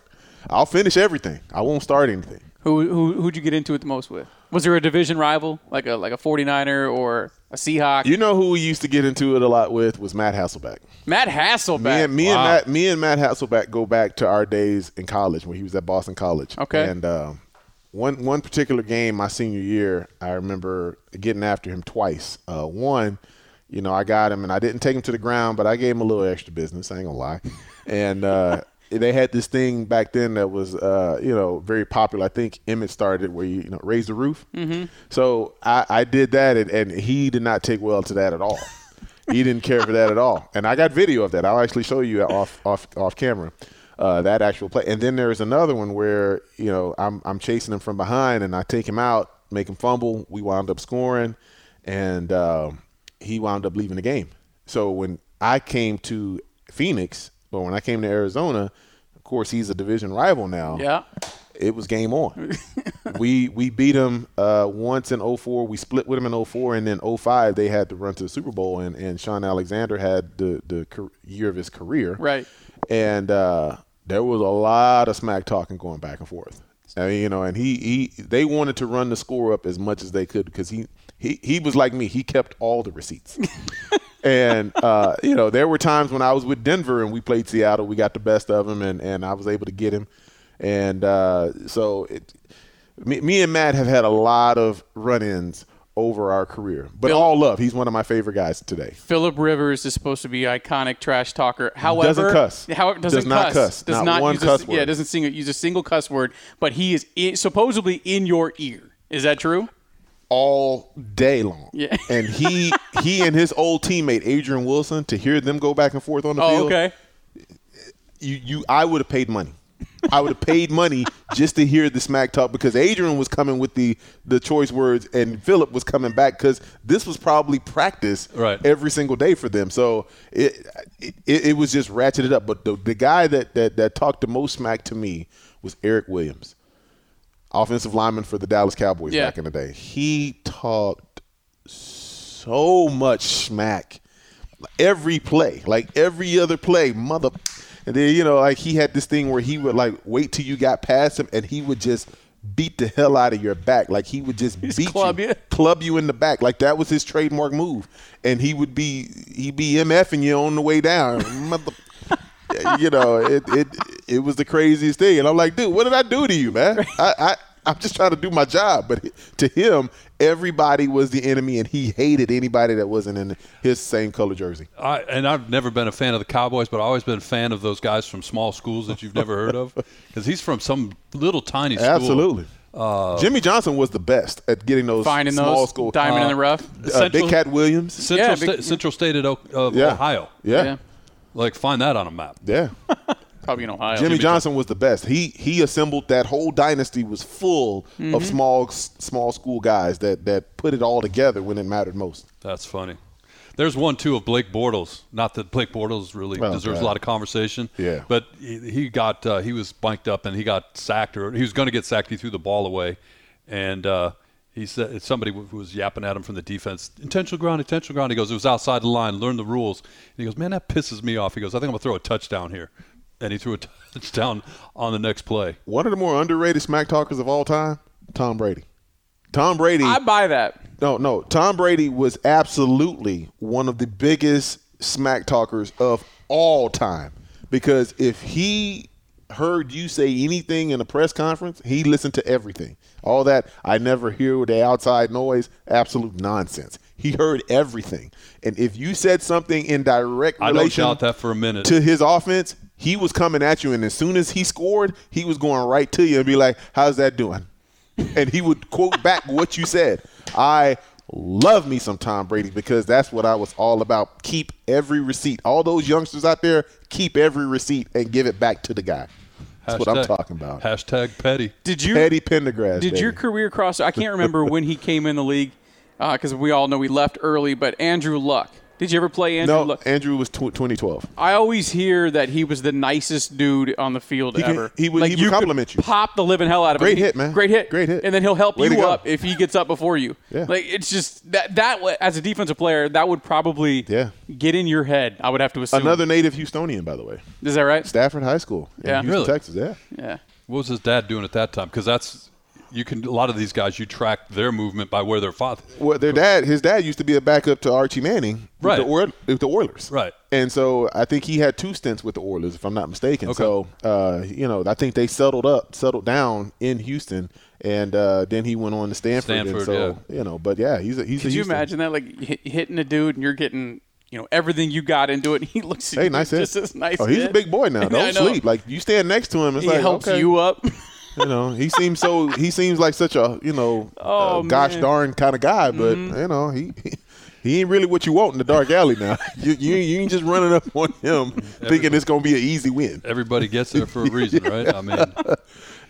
D: I'll finish everything. I won't start anything.
E: Who who who'd you get into it the most with? Was there a division rival like a like a 49er or a Seahawk?
D: You know who we used to get into it a lot with was Matt Hasselback.
E: Matt Hasselbeck.
D: Me and me
C: Wow.
D: and Matt, me and Matt Hasselback go back to our days in college when he was at Boston College.
E: Okay.
D: And um, one one particular game my senior year, I remember getting after him twice. Uh, one, you know, I got him and I didn't take him to the ground, but I gave him a little extra business. I ain't gonna lie. And uh, they had this thing back then that was uh, you know very popular. I think Emmett started where you, you know raise the roof. Mm-hmm. So I, I did that, and, and he did not take well to that at all. he didn't care for that at all, and I got video of that. I'll actually show you off off off camera. Uh, that actual play, and then there's another one where you know I'm I'm chasing him from behind, and I take him out, make him fumble. We wound up scoring, and uh, he wound up leaving the game. So when I came to Phoenix, but when I came to Arizona, of course he's a division rival now.
E: Yeah.
D: It was game on. we we beat him uh, once in 04. We split with him in 04, and then 05 they had to run to the Super Bowl, and, and Sean Alexander had the the car- year of his career.
E: Right.
D: And uh, there was a lot of smack talking going back and forth. I mean, you know, and he, he they wanted to run the score up as much as they could because he, he he was like me. He kept all the receipts. and uh, you know, there were times when I was with Denver and we played Seattle. We got the best of him, and and I was able to get him. And uh, so, it, me, me and Matt have had a lot of run-ins over our career, but
E: Bill-
D: all love. He's one of my favorite guys today.
E: Philip Rivers is supposed to be iconic trash talker. However,
D: cuss.
E: However, doesn't
D: Does not cuss.
E: Does
D: Not one
E: use
D: cuss
E: a, Yeah,
D: word.
E: doesn't sing, use a single cuss word. But he is i supposedly in your ear. Is that true?
D: all day long.
E: Yeah.
D: And he he and his old teammate Adrian Wilson to hear them go back and forth on the
E: Oh,
D: field.
E: okay.
D: You you I would have paid money. I would have paid money just to hear the smack talk because Adrian was coming with the the choice words and Philip was coming back because this was probably practice
C: Right.
D: every single day for them. So it it, it was just ratcheted up. But the, the guy that, that that talked the most smack to me was Eric Williams, offensive lineman for the Dallas Cowboys
E: Yeah.
D: back in the day. He talked so much smack every play, like every other play, mother. And then you know, like he had this thing where he would like wait till you got past him, and he would just beat the hell out of your back. Like he would just beat
E: club you.
D: club you in the back. Like that was his trademark move, and he would be he'd be mfing you on the way down, mother. you know, it it it was the craziest thing, and I'm like, dude, what did I do to you, man? I. I I'm just trying to do my job, but to him, everybody was the enemy, and he hated anybody that wasn't in his same color jersey.
C: I, and I've never been a fan of the Cowboys, but I've always been a fan of those guys from small schools that you've never heard of, because he's from some little tiny school.
D: Absolutely. Uh, Jimmy Johnson was the best at getting those
E: Finding
D: small
E: those
D: school.
E: diamond in the rough.
D: uh, Big
C: Central-
D: Cat Williams.
C: Central,
E: Yeah,
C: sta-
E: big-
C: Central State of, O- of
D: Yeah.
C: Ohio.
D: Yeah.
E: Yeah.
D: Yeah.
C: Like find that on a map.
E: Probably in Ohio.
D: Jimmy Johnson was the best. He he assembled that whole dynasty was full of small small school guys that that put it all together when it mattered most.
C: That's funny. There's one too of Blake Bortles. Not that Blake Bortles really
D: Well,
C: deserves
D: God.
C: a lot of conversation.
D: Yeah.
C: But he, he got uh, he was banked up and he got sacked or he was going to get sacked. He threw the ball away, and uh, he said somebody w- was yapping at him from the defense. Intentional ground, intentional ground. He goes, it was outside the line. Learn the rules. And he goes, man, that pisses me off. He goes, I think I'm gonna throw a touchdown here, and he threw a touchdown on the next play.
D: One of the more underrated smack talkers of all time, Tom Brady. Tom Brady.
E: I buy that.
D: No, no. Tom Brady was absolutely one of the biggest smack talkers of all time because if he heard you say anything in a press conference, he listened to everything. All that I never hear the outside noise, absolute nonsense. He heard everything. And if you said something in direct
C: I don't
D: relation
C: doubt that for a minute.
D: to his offense, he was coming at you and as soon as he scored, he was going right to you and be like, "How's that doing?" and he would quote back what you said. I love me some Tom Brady because that's what I was all about. Keep every receipt. All those youngsters out there, keep every receipt and give it back to the guy. That's what I'm
C: Hashtag-
D: talking about.
C: Hashtag petty.
E: Did you
D: Eddie Pendergrass.
E: Did your
D: baby.
E: career cross? I can't remember when he came in the league because we all know he left early. But Andrew Luck. Did you ever play Andrew
D: no,
E: Luck?
D: Andrew was tw 2012.
E: I always hear that he was the nicest dude on the field
D: He can-
E: ever.
D: he would-
E: like
D: he would
E: you could
D: compliment you.
E: Pop the living hell out of him.
D: Great
E: He-
D: hit, man.
E: Great hit.
D: Great hit.
E: And then he'll help
D: Way to
E: you
D: go.
E: up if he gets up before you.
D: Yeah.
E: Like it's just that that w- as a defensive player that would probably
D: Yeah.
E: get in your head. I would have to assume.
D: Another native Houstonian, by the way.
E: Is that right?
D: Stafford High School in
E: Yeah.
D: Houston,
C: Really?
D: Texas. Yeah.
E: Yeah.
C: What was his dad doing at that time? Because that's you can a lot of these guys you track their movement by where their father.
D: Well, their dad, his dad used to be a backup to Archie Manning
C: Right.
D: with, the Oil with the Oilers.
C: Right.
D: And so I think he had two stints with the Oilers, if I'm not mistaken.
C: Okay.
D: So, uh, you know, I think they settled up, settled down in Houston, and uh, then he went on to Stanford. and
C: Stanford,
D: so, you know, but yeah, he's a, he's a
E: Could you
D: Houston.
E: imagine that? Like hit, hitting a dude and you're getting you know everything you got into it. And he looks at
D: Hey,
E: you
D: nice hit.
E: just as nice.
D: Oh, he's a
E: hit.
D: big boy now.
E: Yeah, I
D: Don't
E: know.
D: sleep. Like you stand next to him, it's
E: He
D: like
E: helps
D: okay.
E: you up.
D: You know, he seems so. He seems like such a you know,
E: Oh,
D: uh, gosh
E: man. Mm-hmm.
D: darn kind of guy. But you know, he he ain't really what you want in the dark alley now. you, you you ain't just running up on him thinking it's gonna be an easy win.
C: Everybody gets there for a reason, right? I mean,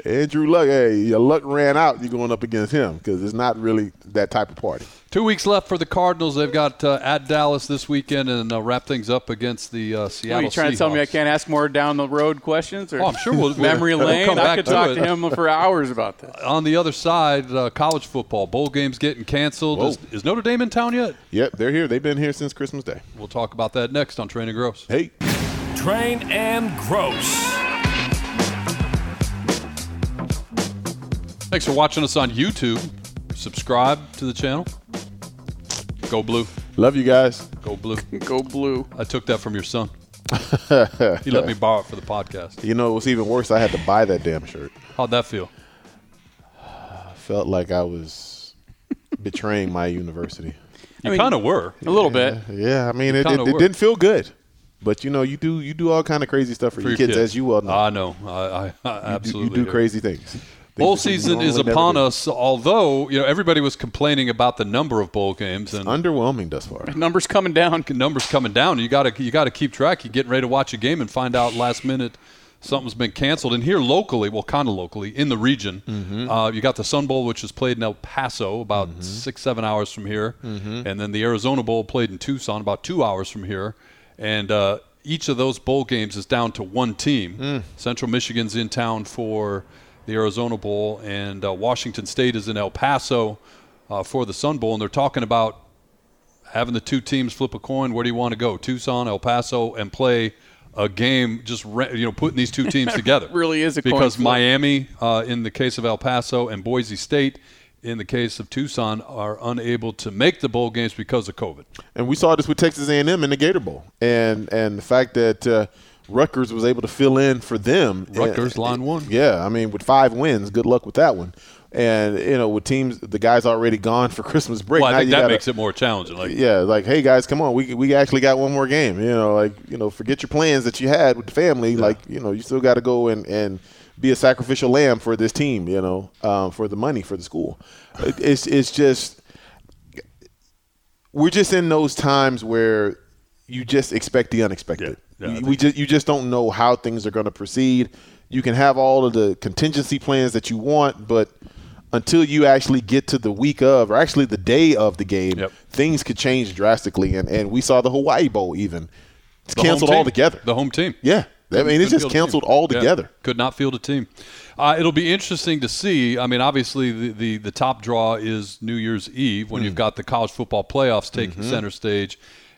D: Andrew Luck, hey, your luck ran out. You're going up against him because it's not really that type of party.
C: two weeks left for the Cardinals. They've got uh, at Dallas this weekend, and they'll wrap things up against the uh, Seattle.
E: Are you trying to tell me I
C: Seahawks.
E: can't ask more down the road questions? Or
C: Oh, I'm sure we'll-
E: memory
C: we'll
E: lane.
C: come
E: I
C: back
E: could
C: to
E: talk
C: it.
E: to him for hours about this.
C: On the other side, uh, college football bowl games getting canceled.
D: Whoa.
C: Is, is Notre Dame in town yet?
D: Yep, they're here. They've been here since Christmas Day.
C: We'll talk about that next on Training Gross.
D: Hey,
A: Train and Gross.
C: Thanks for watching us on YouTube. Subscribe to the channel. Go blue.
D: love you guys.
C: Go blue.
E: Go blue.
C: I took that from your son. he let me borrow it for the podcast.
D: You know what's even worse? I had to buy that damn shirt.
C: How'd that feel?
D: I felt like I was betraying my university.
C: You
E: mean-
C: kind of were.
E: A little bit.
D: Yeah, I mean, it, it,
C: kinda
D: it
C: worked.
D: didn't feel good. But you know, you do you do all kind of crazy stuff for,
C: For
D: your
C: your
D: kids, as you well know.
C: I know. I, I, I
D: You do-
C: Ah, absolutely.
D: you do,
C: do.
D: crazy things. Things
C: Bowl
D: that you
C: season is
D: normally never
C: upon
D: do.
C: us. Although you know everybody was complaining about the number of bowl games and
D: Underwhelming thus far.
E: Numbers coming down.
C: numbers coming down. You got to you got to keep track. You're getting ready to watch a game and find out last minute something's been canceled. And here locally, well, kind of locally in the region, uh, you got the Sun Bowl, which is played in El Paso, about six seven hours from here, and then the Arizona Bowl played in Tucson, about two hours from here, and. Uh, each of those bowl games is down to one team. Central Michigan's in town for the Arizona Bowl, and uh, Washington State is in El Paso uh, for the Sun Bowl. And they're talking about having the two teams flip a coin. Where do you want to go? Tucson, El Paso, and play a game. Just re- you know, putting these two teams together
E: Really is a coin
C: because
E: flip.
C: Miami, uh, in the case of El Paso, and Boise State, in the case of Tucson, are unable to make the bowl games because of COVID.
D: And we saw this with Texas A&M in the Gator Bowl, and and the fact that uh, Rutgers was able to fill in for them.
C: Rutgers,
D: Uh,
C: line one.
D: Yeah, I mean, with five wins, good luck with that one. And you know, with teams, the guys already gone for Christmas break.
C: Well, I
D: Now
C: think
D: you
C: that
D: gotta-
C: makes it more challenging. Like,
D: yeah, like hey guys, come on, we we actually got one more game. You know, like you know, forget your plans that you had with the family. Like you know, you still got to go and and be a sacrificial lamb for this team. You know, um, for the money for the school. It- It's it's just we're just in those times where you just expect the unexpected.
C: Yeah, yeah, I
D: You- we just you just don't know how things are going to proceed. You can have all of the contingency plans that you want, but until you actually get to the week of, or actually the day of the game,
C: Yep.
D: things could change drastically. And and we saw the Hawaii Bowl even it's
C: the home
D: canceled
C: team-
D: altogether.
C: The home team.
D: yeah, I mean
C: Couldn't
D: it's just
C: field a team.
D: canceled altogether.
C: Yeah, could not field a team. Uh, it'll be interesting to see. I mean, obviously, the, the, the top draw is New Year's Eve when
D: Hmm.
C: you've got the college football playoffs taking
D: Mm-hmm.
C: center stage.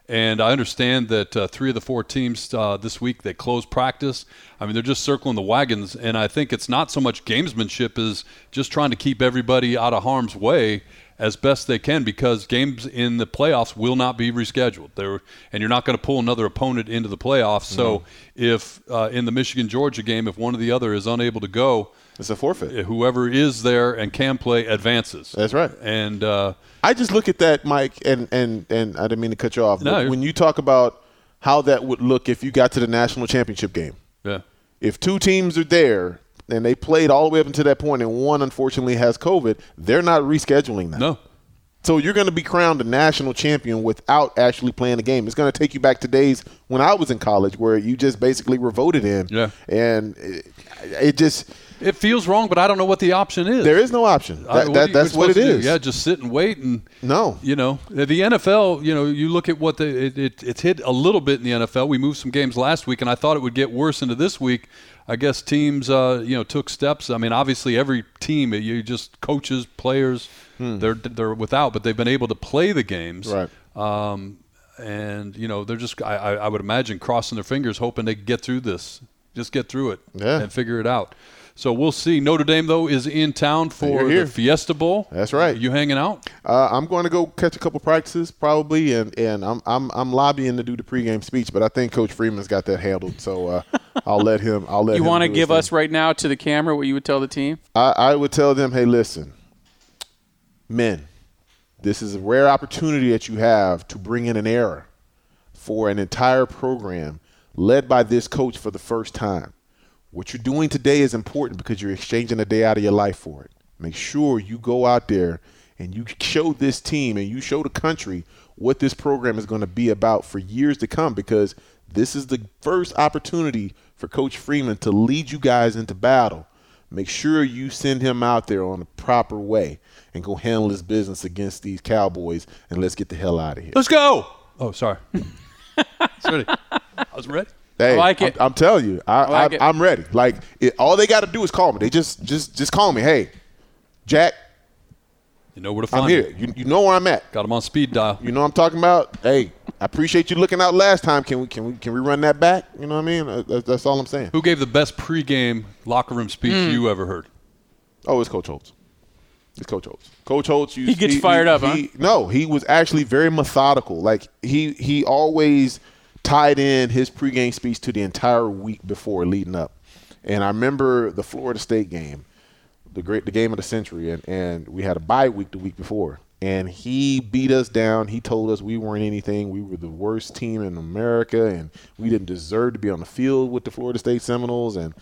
C: And I understand that uh, three of the four teams uh, this week they close practice. I mean, they're just circling the wagons, and I think it's not so much gamesmanship as just trying to keep everybody out of harm's way as best they can because games in the playoffs will not be rescheduled. There, and you're not going to pull another opponent into the playoffs. So if uh, in the Michigan Georgia game, if one or the other is unable to go, eh,
D: It's a forfeit.
C: whoever is there and can play advances.
D: That's right.
C: And uh,
D: I just look at that, Mike, and and and I didn't mean to cut you off.
C: No,
D: but
C: you're-
D: when you talk about how that would look if you got to the national championship game,
C: yeah,
D: if two teams are there and they played all the way up until that point, and one unfortunately has COVID, they're not rescheduling that.
C: no,
D: So you're going to be crowned a national champion without actually playing the game. It's going to take you back to days when I was in college, where you just basically were voted in.
C: Yeah.
D: and it, it just
C: it feels wrong, but I don't know what the option is.
D: there is no option.
C: I-
D: That,
C: what
D: that-
C: are you
D: that's what it
C: supposed to
D: is.
C: do? Yeah, just sit and wait and
D: No.
C: You know, the NFL. You know, you look at what the it, it it's hit a little bit in the NFL. We moved some games last week, and I thought it would get worse into this week. I guess teams, uh, you know, took steps. I mean, obviously every team, you just coaches, players, they're they're without, but they've been able to play the games.
D: Hmm. Right.
C: Um, and you know, they're just I, I I would imagine crossing their fingers, hoping they can get through this, just get through it,
D: Yeah.
C: and figure it out. So we'll see. Notre Dame though is in town for
D: You're here.
C: the Fiesta Bowl.
D: That's right.
C: You hanging out?
D: Uh, I'm going to go catch a couple practices probably, and, and I'm, I'm I'm lobbying to do the pregame speech, but I think Coach Freeman's got that handled, so uh, I'll let him. I'll let
E: You
D: him
E: want to
D: do his
E: give
D: thing.
E: us right now to the camera what you would tell the team?
D: I, I would tell them, hey, listen, men, this is a rare opportunity that you have to bring in an error. for an entire program led by this coach for the first time. What you're doing today is important because you're exchanging a day out of your life for it. Make sure you go out there and you show this team and you show the country what this program is going to be about for years to come because this is the first opportunity for Coach Freeman to lead you guys into battle. Make sure you send him out there on the proper way and go handle his business against these Cowboys and let's get the hell out of here.
C: Let's go. Oh, sorry. sorry. I was ready.
D: Hey,
E: like
D: I'm-
E: it.
D: I'm, telling you, I, I
E: like it.
D: am ready. Like it, all they got to do is call me. They just just just call me. Hey, Jack,
C: You know where to find
D: I'm
C: me.
D: here. You, you know where I'm at.
C: Got him on speed dial.
D: You know what I'm talking about. Hey, I appreciate you looking out last time. Can we can we can we run that back? You know what I mean? Uh, that- That's all I'm saying.
C: Who gave the best pregame locker room speech
E: Hmm.
C: you ever heard?
D: Oh, it's Coach Holtz. It's Coach Holtz. Coach Holtz. Used,
E: He gets fired up, huh?
D: he- No, he was actually very methodical. Like he he always tied in his pregame speech to the entire week before leading up. And I remember the Florida State game, the great the game of the century, and and we had a bye week the week before. And he beat us down. He told us we weren't anything. We were the worst team in America, and we didn't deserve to be on the field with the Florida State Seminoles. And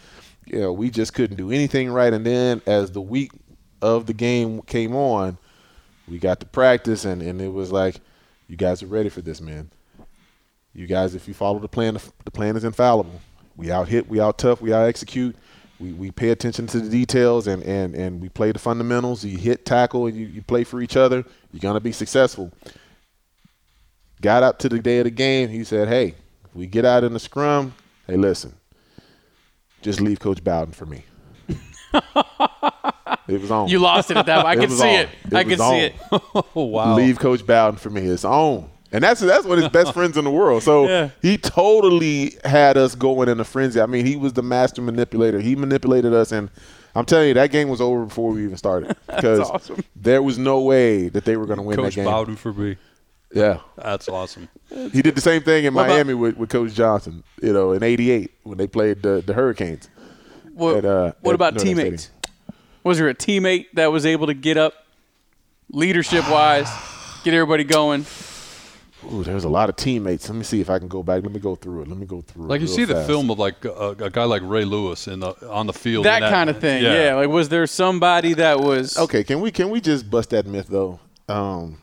D: you know, we just couldn't do anything right. And then as the week of the game came on, we got to practice, and, and it was like, you guys are ready for this, man. You guys, if you follow the plan, the plan is infallible. We out hit, we out tough, we out execute. We, we pay attention to the details and, and, and we play the fundamentals. You hit tackle, you, you play for each other. You're going to be successful got up to the day of the game. He said, "Hey, if we get out in the scrum. Hey, listen, just leave Coach Bowden for me." it was on.
E: You lost it at that. I
D: It
E: can
D: was
E: see
D: on.
E: it. I
D: was
E: can
D: on.
E: see it.
C: Oh, wow.
D: Leave Coach Bowden for me. It's on. And that's that's one of his best friends in the world. So he totally had us going in a frenzy. I mean, he was the master manipulator. He manipulated us, and I'm telling you, that game was over before we even started because
E: awesome.
D: there was no way that they were going to win
C: Coach
D: that game.
C: Bowden for me.
D: Yeah,
C: That's awesome.
D: He did the same thing in
E: What about-
D: Miami with, with Coach Johnson, you know, in '88 when they played the, the Hurricanes.
E: What,
D: At, uh,
E: what
D: at
E: about
D: Notre Dame
E: teammates? Was there a teammate that was able to get up, leadership wise, get everybody going?
D: Ooh, there's a lot of teammates. Let me see if I can go back. Let me go through it. Let me go through. it
C: Like you
D: real
C: see the
D: fast.
C: film of like a, a guy like Ray Lewis in the on the field.
E: That
C: in
E: kind of thing. Yeah. Like, was there somebody that was?
D: Okay, can we can we just bust that myth though? Um,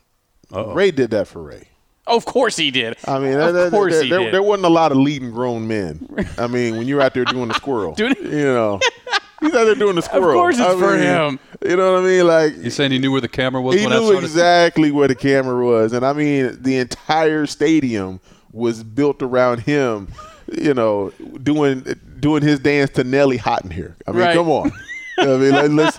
D: Ray did that for Ray.
E: of course he did.
D: I mean, there-
E: of
D: there,
E: course
D: there,
E: he
D: there-
E: did.
D: there wasn't a lot of leading grown men. I mean, when you're out there doing the squirrel,
E: Doing-
D: you know, he's out there doing the squirrel.
E: course it's
D: I
E: for
D: mean,
E: him.
D: You know what I mean? Like
C: He's saying he knew where the camera was
D: he
C: when I
D: knew
C: started.
D: exactly where the camera was, and I mean the entire stadium was built around him. You know, doing doing his dance to Nelly Hot in here. I mean,
E: Right.
D: come on. I mean, let, let's.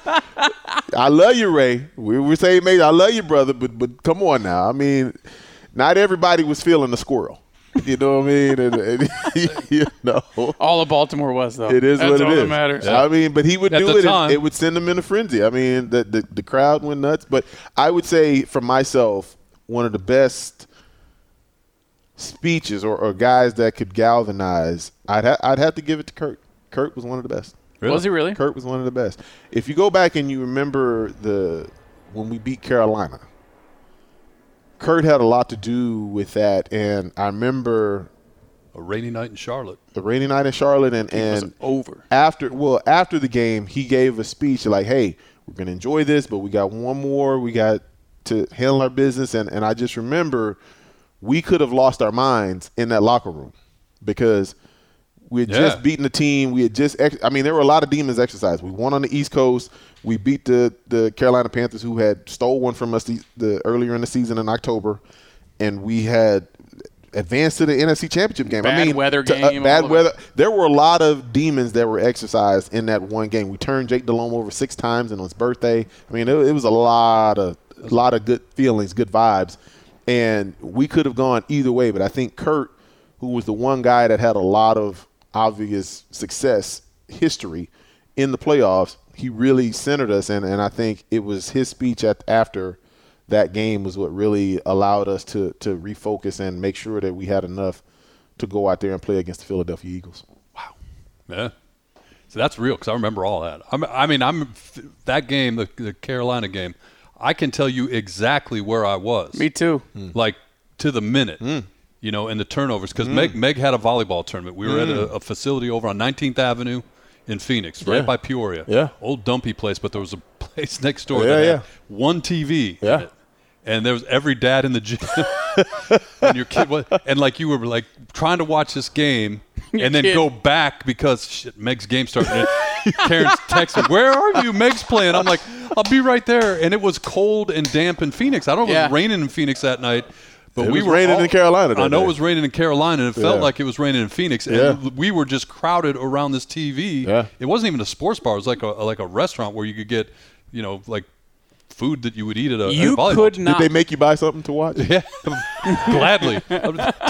D: I love you, Ray. We we say, mate, I love you, brother. But but come on now. I mean, not everybody was feeling the squirrel. You know what I mean? And, and, you know.
E: All of Baltimore was though.
D: It is
E: That's
D: what it
E: all
D: is.
E: That matters.
D: I mean, but he would
C: At
D: do
C: the
D: it.
C: time.
D: And it would send him in a frenzy. I mean, the, the the crowd went nuts. But I would say for myself, one of the best speeches or, or guys that could galvanize, I'd ha- I'd have to give it to Kurt. Kurt was one of the best.
E: Was he really?
D: Kurt was one of the best. If you go back and you remember the when we beat Carolina, Kurt had a lot to do with that. And I remember
C: a rainy night in Charlotte.
D: the rainy night in Charlotte, and
C: was
D: and
C: over.
D: after well after the game he gave a speech like, "Hey, we're gonna enjoy this, but we got one more. We got to handle our business." And and I just remember we could have lost our minds in that locker room because we had
C: Yeah.
D: just beaten the team. We had just ex- I mean there were a lot of demons exercised. We won on the East Coast. We beat the the Carolina Panthers who had stole one from us the, the earlier in the season in October, and we had. Advanced to the NFC Championship game. I
E: Bad
D: mean,
E: weather
D: to- uh,
E: game, all
D: bad
E: of it.
D: weather there were a lot of demons that were exercised in that one game. We turned Jake Delhomme over six times on his birthday. I mean, it, it was a lot of a lot of good feelings, good vibes, and we could have gone either way. But I think Kurt, who was the one guy that had a lot of obvious success history in the playoffs, he really centered us, and, and I think it was his speech at, after that game was what really allowed us to to refocus and make sure that we had enough to go out there and play against the Philadelphia Eagles.
C: Yeah. So that's real because I remember all that. I'm, I mean, I'm that game, the, the Carolina game. I can tell you exactly where I was.
E: Me too.
F: Hmm.
C: Like to the minute. you know, and the turnovers. Because Meg, Meg had a volleyball tournament. We were at a, a facility over on 19th Avenue in Phoenix,
F: Hmm.
C: right
F: Yeah.
C: by Peoria.
F: Yeah.
C: Old dumpy place, but there was a place next door
F: Yeah,
C: that
F: yeah.
C: had one TV. in
F: Yeah.
C: it. And there was every dad in the gym. and your kid was, and like you were like trying to watch this game and then
E: kid-
C: go back because shit, Meg's game started. Karen's texting, "Where are you? Meg's playing." I'm like, "I'll be right there." And it was cold and damp in Phoenix. I don't know if it
E: Yeah.
C: was raining in Phoenix that night, but
D: It
C: we
D: was
C: were
D: raining
C: all-
D: in Carolina that
C: I know
D: day.
C: it was raining in Carolina, and it felt
D: Yeah.
C: like it was raining in Phoenix. And
D: Yeah.
C: we were just crowded around this TV.
F: Yeah.
C: It wasn't even a sports bar; it was like a like a restaurant where you could get, you know, like food that you would eat at a. at a
E: You
C: volleyball
E: could
C: team.
E: not.
D: Did they make you buy something to watch?
C: Yeah, gladly.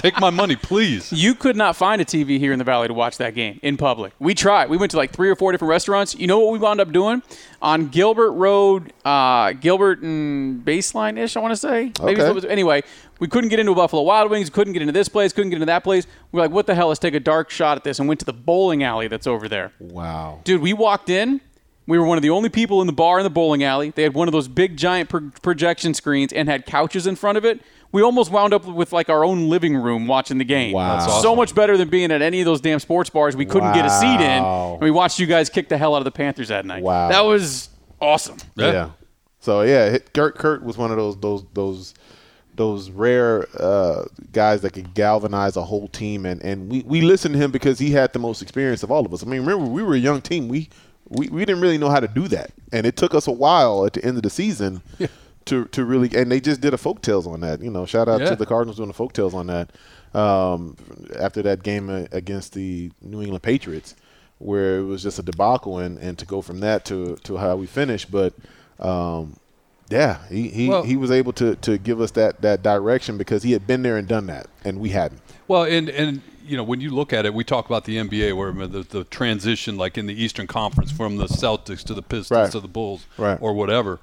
C: Take my money, please.
E: You could not find a TV here in the valley to watch that game in public. We tried. We went to like three or four different restaurants. You know what we wound up doing on Gilbert Road, uh, Gilbert and Baseline ish. I want to say. Maybe
D: Okay.
E: it was, anyway, we couldn't get into a Buffalo Wild Wings. Couldn't get into this place. Couldn't get into that place. We're like, what the hell? Let's take a dark shot at this, and went to the bowling alley that's over there.
D: Wow.
E: Dude, we walked in. We were one of the only people in the bar in the bowling alley. They had one of those big giant pro- projection screens and had couches in front of it. We almost wound up with like our own living room watching the game.
D: Wow. That's
E: So much better than being at any of those damn sports bars we couldn't get a seat in.
D: Wow.
E: And we watched you guys kick the hell out of the Panthers that night.
D: Wow.
E: That was awesome.
D: Yeah. So yeah, hit- Kurt Kurt was one of those those those those rare uh, guys that could galvanize a whole team, and and we we listened to him because he had the most experience of all of us. I mean, remember we were a young team. We we, we didn't really know how to do that, and it took us a while at the end of the season. To, to really and they just did a folktales on that you know shout out
C: Yeah.
D: to the Cardinals doing the folktales on that um, after that game uh, against the New England Patriots where it was just a debacle and, and to go from that to to how we finished but um, yeah he he,
C: Well-
D: he was able to, to give us that, that direction because he had been there and done that and we hadn't
C: Well, and and you know when you look at it, we talk about the NBA where the, the transition, like in the Eastern Conference, from the Celtics to the Pistons
D: Right.
C: to the Bulls
D: Right.
C: or whatever.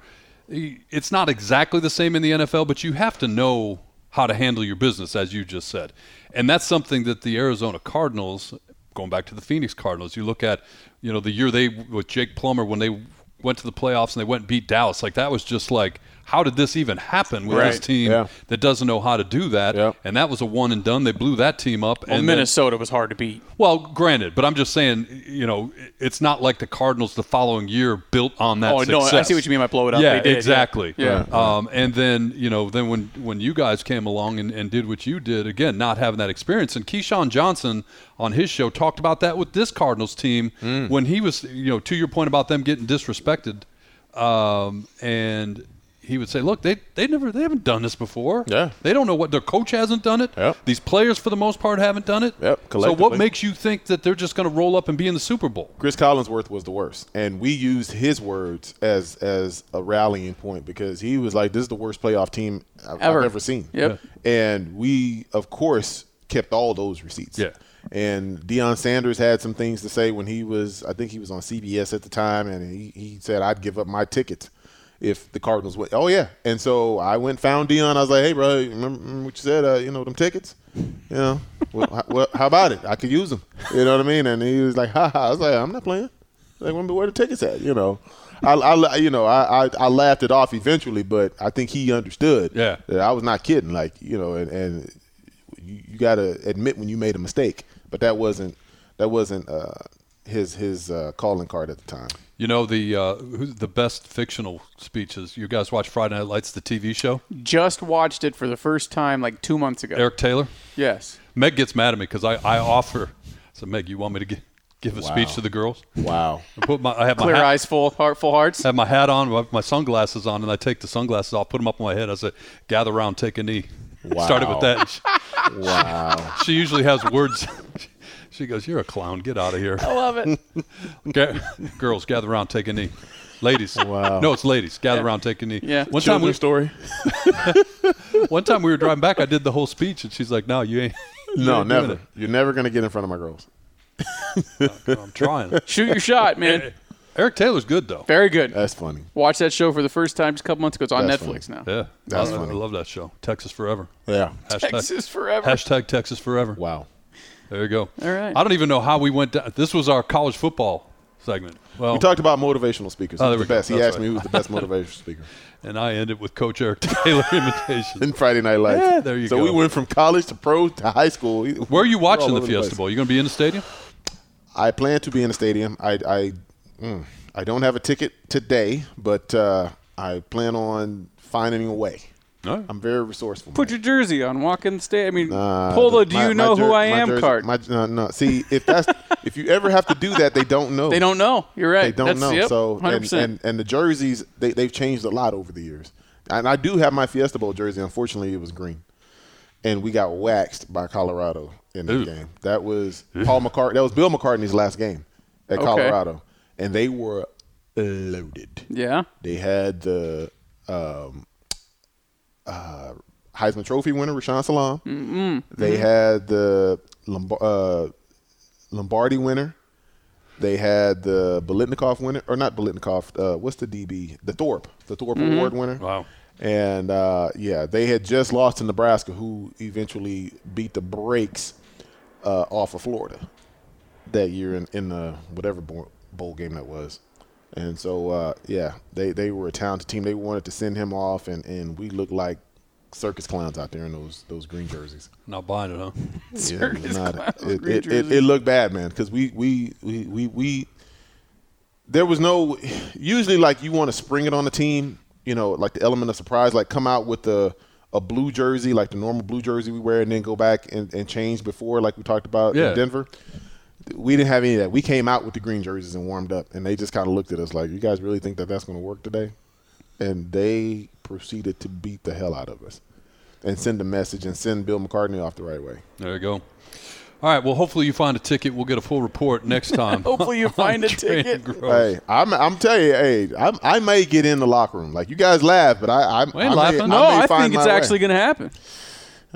C: It's not exactly the same in the NFL, but you have to know how to handle your business, as you just said, and that's something that the Arizona Cardinals, going back to the Phoenix Cardinals, you look at, you know, the year they with Jake Plummer when they went to the playoffs and they went and beat Dallas, like that was just like, how did this even happen with this
D: Right.
C: team
D: Yeah.
C: that doesn't know how to do that?
D: Yep.
C: and that was a one and done. They blew that team up.
E: Well,
C: and then-
E: Minnesota was hard to beat.
C: well, granted, but I'm just saying, you know, it's not like the Cardinals the following year built on that.
E: Oh, no, I
C: success.
E: see what you mean by blow it up.
C: Yeah,
E: They did, yeah.
C: exactly.
E: Yeah.
C: Um, and then you know, then when when you guys came along and, and did what you did again, not having that experience, and Keyshawn Johnson on his show talked about that with this Cardinals team
E: Mm.
C: when he was, you know, to your point about them getting disrespected, um, and. He would say, "Look, they they never they haven't done this before.
F: Yeah.
C: they don't know what their coach hasn't done it.
F: Yep.
C: These players, for the most part, haven't done it.
D: Yep,
C: So what
D: collectively.
C: makes you think that they're just going to roll up and be in the Super Bowl?
D: Chris Collinsworth was the worst, and we used his words as as a rallying point because he was like, "This is the worst playoff team I've ever,
E: Ever.
D: I've ever seen."
E: Yep.
D: And we, of course, kept all those receipts.
C: Yeah.
D: And Deion Sanders had some things to say when he was, I think he was on CBS at the time, and he, he said, "I'd give up my tickets." If the Cardinals went, oh yeah, and so I went and found Dion. I was like, hey bro, remember remember what you said? Uh, you know them tickets? You know, well, how, well, how about it? I could use them. You know what I mean? And he was like, ha ha. I was like, I'm not playing. Like, wonder where the tickets at? You know, I, I you know, I, I, I laughed it off eventually, but I think he understood.
C: Yeah.
D: that I was not kidding. Like, you know, and, and you, you got to admit when you made a mistake. But that wasn't that wasn't uh, his his uh, calling card at the time.
C: You know the uh, who's the best fictional speeches. You guys watch Friday Night Lights, the TV show.
E: Just watched it for the first time like two months ago.
C: Eric Taylor.
E: Yes.
C: Meg gets mad at me because I, I offer. So Meg, you want me to gi- give a speech to the girls?
D: Wow.
C: I put my I have
E: Clear
C: my hat,
E: eyes, full heart, full hearts.
C: I have my hat on, my- my sunglasses on, and I take the sunglasses off, put them up on my head. I say, "Gather round, take a knee."
D: Wow.
C: Started with that. She,
D: wow.
C: she usually has words. She goes, "You're a clown. Get out of here."
E: I love it.
C: Ga- girls, gather around, take a knee. Ladies,
D: Wow.
C: no, it's ladies. Gather around, take a knee.
E: Yeah.
C: One time, we,
D: story.
C: one time we were driving back. I did the whole speech, and she's like, "No, you ain't."
D: No,
C: ain't doing
D: never. You're never gonna get in front of my girls.
C: it." I'm trying.
E: Shoot your shot, man.
C: Eric Taylor's good though.
E: Very good.
D: That's funny.
E: Watched that show for the first time just a couple months ago. It's on
D: That's
E: Netflix now.
C: Yeah,
D: That's
C: I, I
D: funny.
C: love that show. Texas Forever.
D: Yeah.
C: Hashtag,
E: Texas Forever.
C: Hashtag Texas Forever.
D: Wow.
C: There you go.
E: All right.
C: I don't even know how we went. Down. This was our college football segment. Well,
D: We talked about motivational speakers.
C: Oh,
D: Who's
C: there we
D: the
C: go.
D: best. He
C: That's
D: asked me who was the best motivational speaker
C: and I end it with Coach Eric Taylor imitation.
D: in Friday Night Lights.
C: Yeah, there you
D: so
C: go.
D: we went from college to pro to high school.
C: Where are you
D: We're all
C: watching the
D: over
C: Fiesta
D: place.
C: Bowl? You going to be in the stadium?
D: I plan to be in the stadium. I I, mm, I don't have a ticket today, but uh, I plan on finding a way.
C: All right.
D: I'm very resourceful.
E: Put
D: man.
E: your jersey on. Walk in the state. I mean,
D: Uh,
E: pull the
D: the-
E: "Do
D: my-
E: you
D: my
E: know
D: jer-
E: who I
D: my
E: am?"
D: jersey-
E: card.
D: My, no, no. See, if that's if you ever have to do that, they don't know.
E: they don't know. You're right.
D: They don't
E: That's,
D: know.
E: Yep,
D: so
E: hundred
D: and, and
E: percent.
D: and the jerseys they they've changed a lot over the years. And I do have my Fiesta Bowl jersey. Unfortunately, it was green, and we got waxed by Colorado in the
C: Ooh.
D: game. That was Paul McCartney. That was Bill McCartney's last game at
E: Okay.
D: Colorado, and they were loaded.
E: Yeah.
D: They had the um, uh, Heisman Trophy winner Rashawn Salam. They had the Lomb- uh, Lombardi winner. They had the Bolitnikoff winner, or not Bolitnikoff. Uh, what's the DB? The Thorpe, the Thorpe Award winner.
C: Wow.
D: And uh, yeah, they had just lost to Nebraska, who eventually beat the brakes uh, off of Florida that year in, in the whatever bowl, bowl game that was. And so, uh, yeah, they, they were a talented team. They wanted to send him off, and, and we looked like circus clowns out there in those those green jerseys.
C: Not buying it, huh?
D: Yeah,
E: Circus
D: not-
E: clowns,
D: it,
E: green
D: it, it, it looked bad, man, because we, we, we, we, we, there was no, usually like you want to spring it on the team, you know, like the element of surprise, like come out with a, a blue jersey, like the normal blue jersey we wear, and then go back and, and change before, like we talked about
C: Yeah.
D: in Denver. We didn't have any of that. We came out with the green jerseys and warmed up, and they just kind of looked at us like, you guys really think that that's going to work today? and they proceeded to beat the hell out of us and send a message and send Bill McCartney off the right way.
C: There you go. All right. Well, hopefully you find a ticket. We'll get a full report next time.
E: Hopefully you
C: on
E: find a
C: Train
E: ticket.
C: Growth.
D: Hey, I'm I'm telling you, hey, I'm, I may get in the locker room. Like you guys laugh, but I I'm
C: We ain't laughing.
E: No, I, think it's actually going to happen.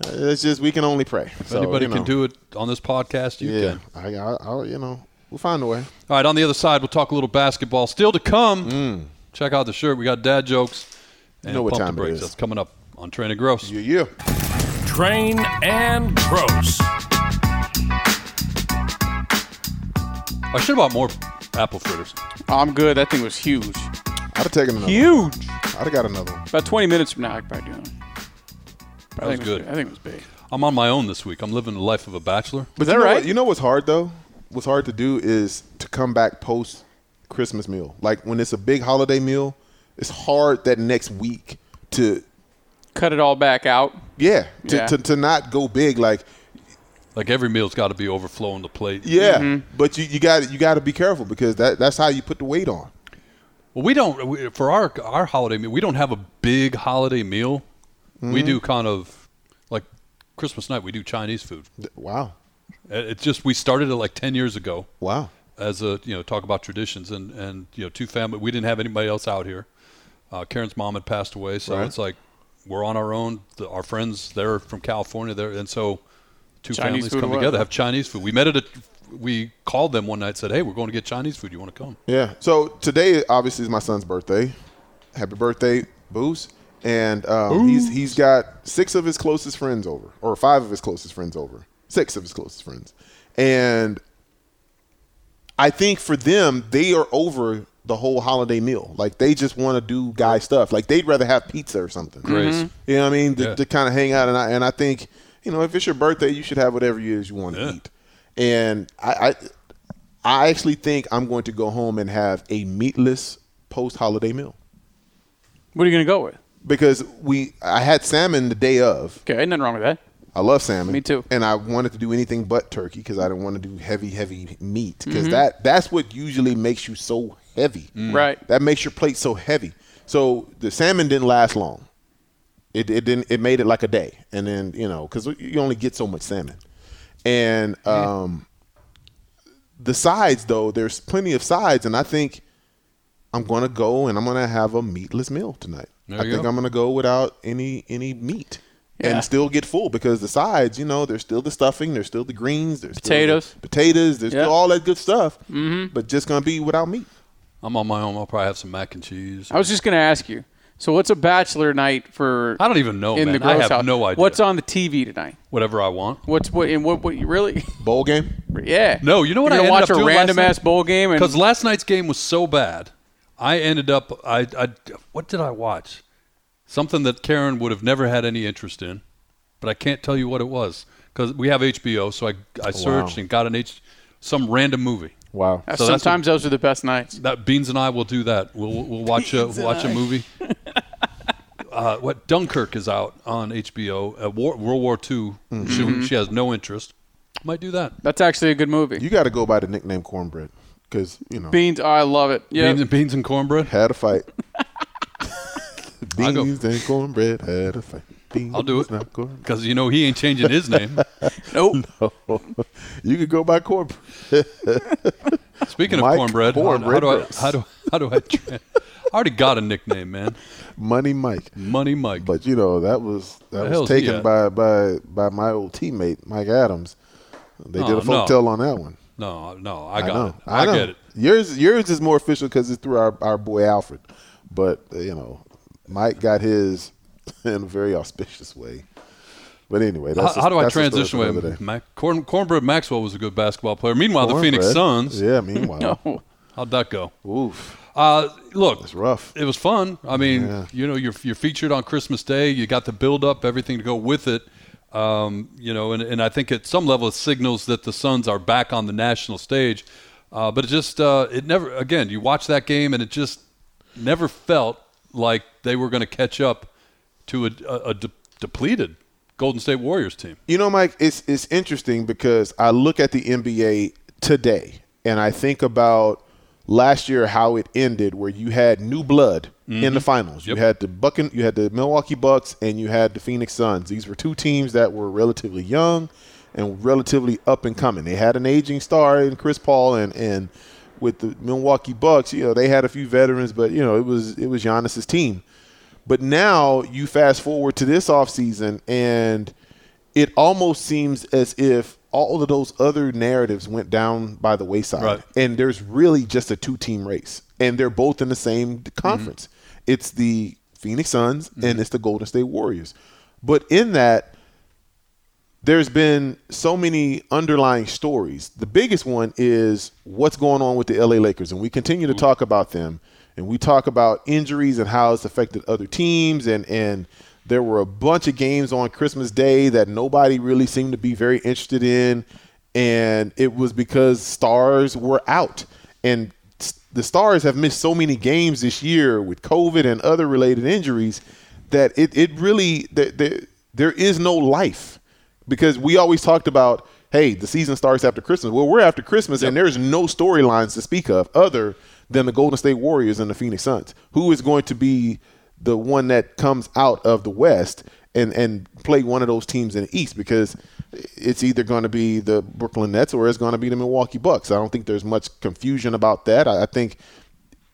D: Gonna, it's just we can only pray.
C: If anybody can do it on this podcast, you
D: Yeah,
C: can.
D: I, I, I'll you know we'll find a way.
C: All right, on the other side, we'll talk a little basketball. Still to come. Check out the shirt. We got dad jokes and
D: Mm. know what
C: pump the
D: time it
C: brakes.
D: is.
C: That's coming up on Train and Gross.
D: Yeah, yeah.
A: Train and Gross.
C: I should have bought more apple fritters.
E: I'm good. That thing was huge.
D: I'd have taken another. one.
E: Huge.
D: I'd have got another one.
E: About 20 minutes from now, I could probably do it. I
C: was
E: think it
C: good.
E: I think it was big.
C: I'm on my own this week. I'm living the life of a bachelor.
D: But
E: that
D: you know
E: right?
D: What, you know what's hard though? What's hard to do is to come back post Christmas meal. Like when it's a big holiday meal, it's hard that next week to
E: Cut it all back out.
D: Yeah. To,
E: Yeah.
D: To, to not go big like
C: Like every meal's got to be overflowing the plate.
D: yeah,
E: Mm-hmm.
D: but you you got you got to be careful because that that's how you put the weight on.
C: Well, we don't we, for our our holiday meal. We don't have a big holiday meal.
E: Mm-hmm.
C: We do kind of like Christmas night. We do Chinese food.
D: Wow.
C: It- It's just we started it like ten years ago.
D: Wow.
C: as a you know talk about traditions and and you know two family we didn't have anybody else out here uh, karen's mom had passed away so
D: Right.
C: it's like we're on our own the, our friends they're from california there and so two
E: Chinese
C: families
E: food
C: come
E: or what?
C: together have chinese food we met at a we called them one night said hey we're going to get chinese food you want to come
D: Yeah. So today obviously is my son's birthday. Happy birthday, Booze. And um, he's he's got six of his closest friends over, or five of his closest friends over, six of his closest friends, and I think for them they are over the whole holiday meal. Like they just want to do guy stuff. Like they'd rather have pizza or something.
C: Grace.
D: You know what I mean? To,
C: Yeah.
D: to kind of hang out. And I, and I think, you know, if it's your birthday, you should have whatever it is you want to
C: Yeah.
D: eat. And I, I, I actually think I'm going to go home and have a meatless post holiday meal
E: What are you going to go with?
D: because we I had salmon the day of.
E: Okay, ain't nothing wrong with that.
D: I love salmon.
E: Me too.
D: And I wanted to do anything but turkey because I didn't want to do heavy, heavy meat
E: Mm-hmm.
D: because that that's what usually makes you so heavy.
E: Right.
D: That makes your plate so heavy. So the salmon didn't last long. It, it didn't. It made it like a day, and then you know because you only get so much salmon, and um, the sides though there's plenty of sides, and I think I'm gonna go and I'm gonna have a meatless meal tonight.
C: There
D: I
C: you
D: think
C: go.
D: I'm gonna go without any any meat.
E: Yeah.
D: And still get full because the sides, you know, there's still the stuffing, there's still the greens, there's still the
E: Potatoes.
D: potatoes, there's
E: Yeah.
D: still all that good stuff. Mm-hmm. But just gonna be without meat.
C: i'm on my own i'll probably have some mac and cheese
E: I was just going to ask you. So what's a bachelor night for?
C: I don't even know,
E: in
C: Oh, man.
E: the gross
C: I have
E: house?
C: no idea.
E: What's on the TV tonight?
C: Whatever I want.
E: What's what and what what you really?
D: Bowl game.
E: yeah.
C: No, you know what
E: You're
C: I
E: gonna
C: ended up
E: watch a
C: doing last
E: random
C: night?
E: ass bowl game and
C: Because last night's game was so bad, I ended up. I, I what did I watch? Something that Karen would have never had any interest in, but I can't tell you what it was because we have HBO. So I
E: Oh,
C: I searched and got an H some random movie.
D: Wow.
E: Uh,
C: so that's
E: sometimes those are the best nights.
C: That Beans and I will do that. We'll we'll watch a we'll watch a movie. Uh, what Dunkirk is out on HBO. Uh, War, World War II.
D: Mm-hmm.
C: She, she has no interest. Might do that.
E: That's actually a good movie.
D: You got to go by the nickname Cornbread because you know
E: Beans, oh, I love it. Yeah.
C: Beans and beans and cornbread.
D: had a fight.
C: I'll go.
D: Beans and cornbread had a fight. Beans
C: I'll do it
D: and cornbread.
C: because you know he ain't changing his name.
E: Nope.
D: you could go by cornbread.
C: Speaking of
D: Mike
C: cornbread, how-
D: Cornbread
C: how, do
D: Brooks.
C: I how do how do I? Tra- I already got a nickname, man.
D: Money Mike.
C: Money Mike.
D: But you know that was that was
C: hell's he
D: taken
C: at?
D: by by by my old teammate Mike Adams. They did
C: Oh,
D: a folk
C: no.
D: tell on that one.
C: no, no, I
D: I
C: got
D: know.
C: it. I,
D: know.
C: get it.
D: Yours yours is more official because it's through our, our boy Alfred. But uh, you know, Mike got his in a very auspicious way. But anyway,
C: How,
D: that's a-
C: how do I
D: that's a story
C: transition
D: for another
C: away?
D: day.
C: Mac, Corn, cornbread Maxwell was a good basketball player. Meanwhile, the Phoenix
D: Cornbread.
C: Suns.
D: Yeah, meanwhile,
C: How'd that go?
D: oof,
C: Uh, look,
D: it's rough.
C: it was fun. I mean,
D: Yeah.
C: you know, you're you're featured on Christmas Day. You got the build up, everything to go with it. Um, you know, and, and I think at some level it signals that the Suns are back on the national stage. Uh, but it just uh, it never again. You watch that game and it just never felt like they were going to catch up to a, a, a de- depleted Golden State Warriors team.
D: You know, Mike, it's it's interesting because I look at the NBA today and I think about last year how it ended, where you had new blood in the finals.
C: Yep.
D: You had the Buccan- you had the Milwaukee Bucks, and you had the Phoenix Suns. These were two teams that were relatively young and relatively up and coming. They had an aging star in Chris Paul and and with the Milwaukee Bucks, you know, they had a few veterans, but you know, it was it was Giannis's team. But now you fast forward to this offseason, and it almost seems as if all of those other narratives went down by the wayside.
C: Right.
D: And there's really just a two team race, and they're both in the same conference. It's the Phoenix Suns and it's the Golden State Warriors. But in that, there's been so many underlying stories. The biggest one is what's going on with the LA Lakers, and we continue to talk about them, and we talk about injuries and how it's affected other teams, and and there were a bunch of games on Christmas Day that nobody really seemed to be very interested in, and it was because stars were out, and s- the stars have missed so many games this year with COVID and other related injuries that it it really there there, there is no life because we always talked about hey the season starts after christmas well we're after christmas and there's no storylines to speak of other than the golden state warriors and the phoenix suns who is going to be the one that comes out of the west and and play one of those teams in the east because it's either going to be the brooklyn nets or it's going to be the milwaukee bucks i don't think there's much confusion about that i, I think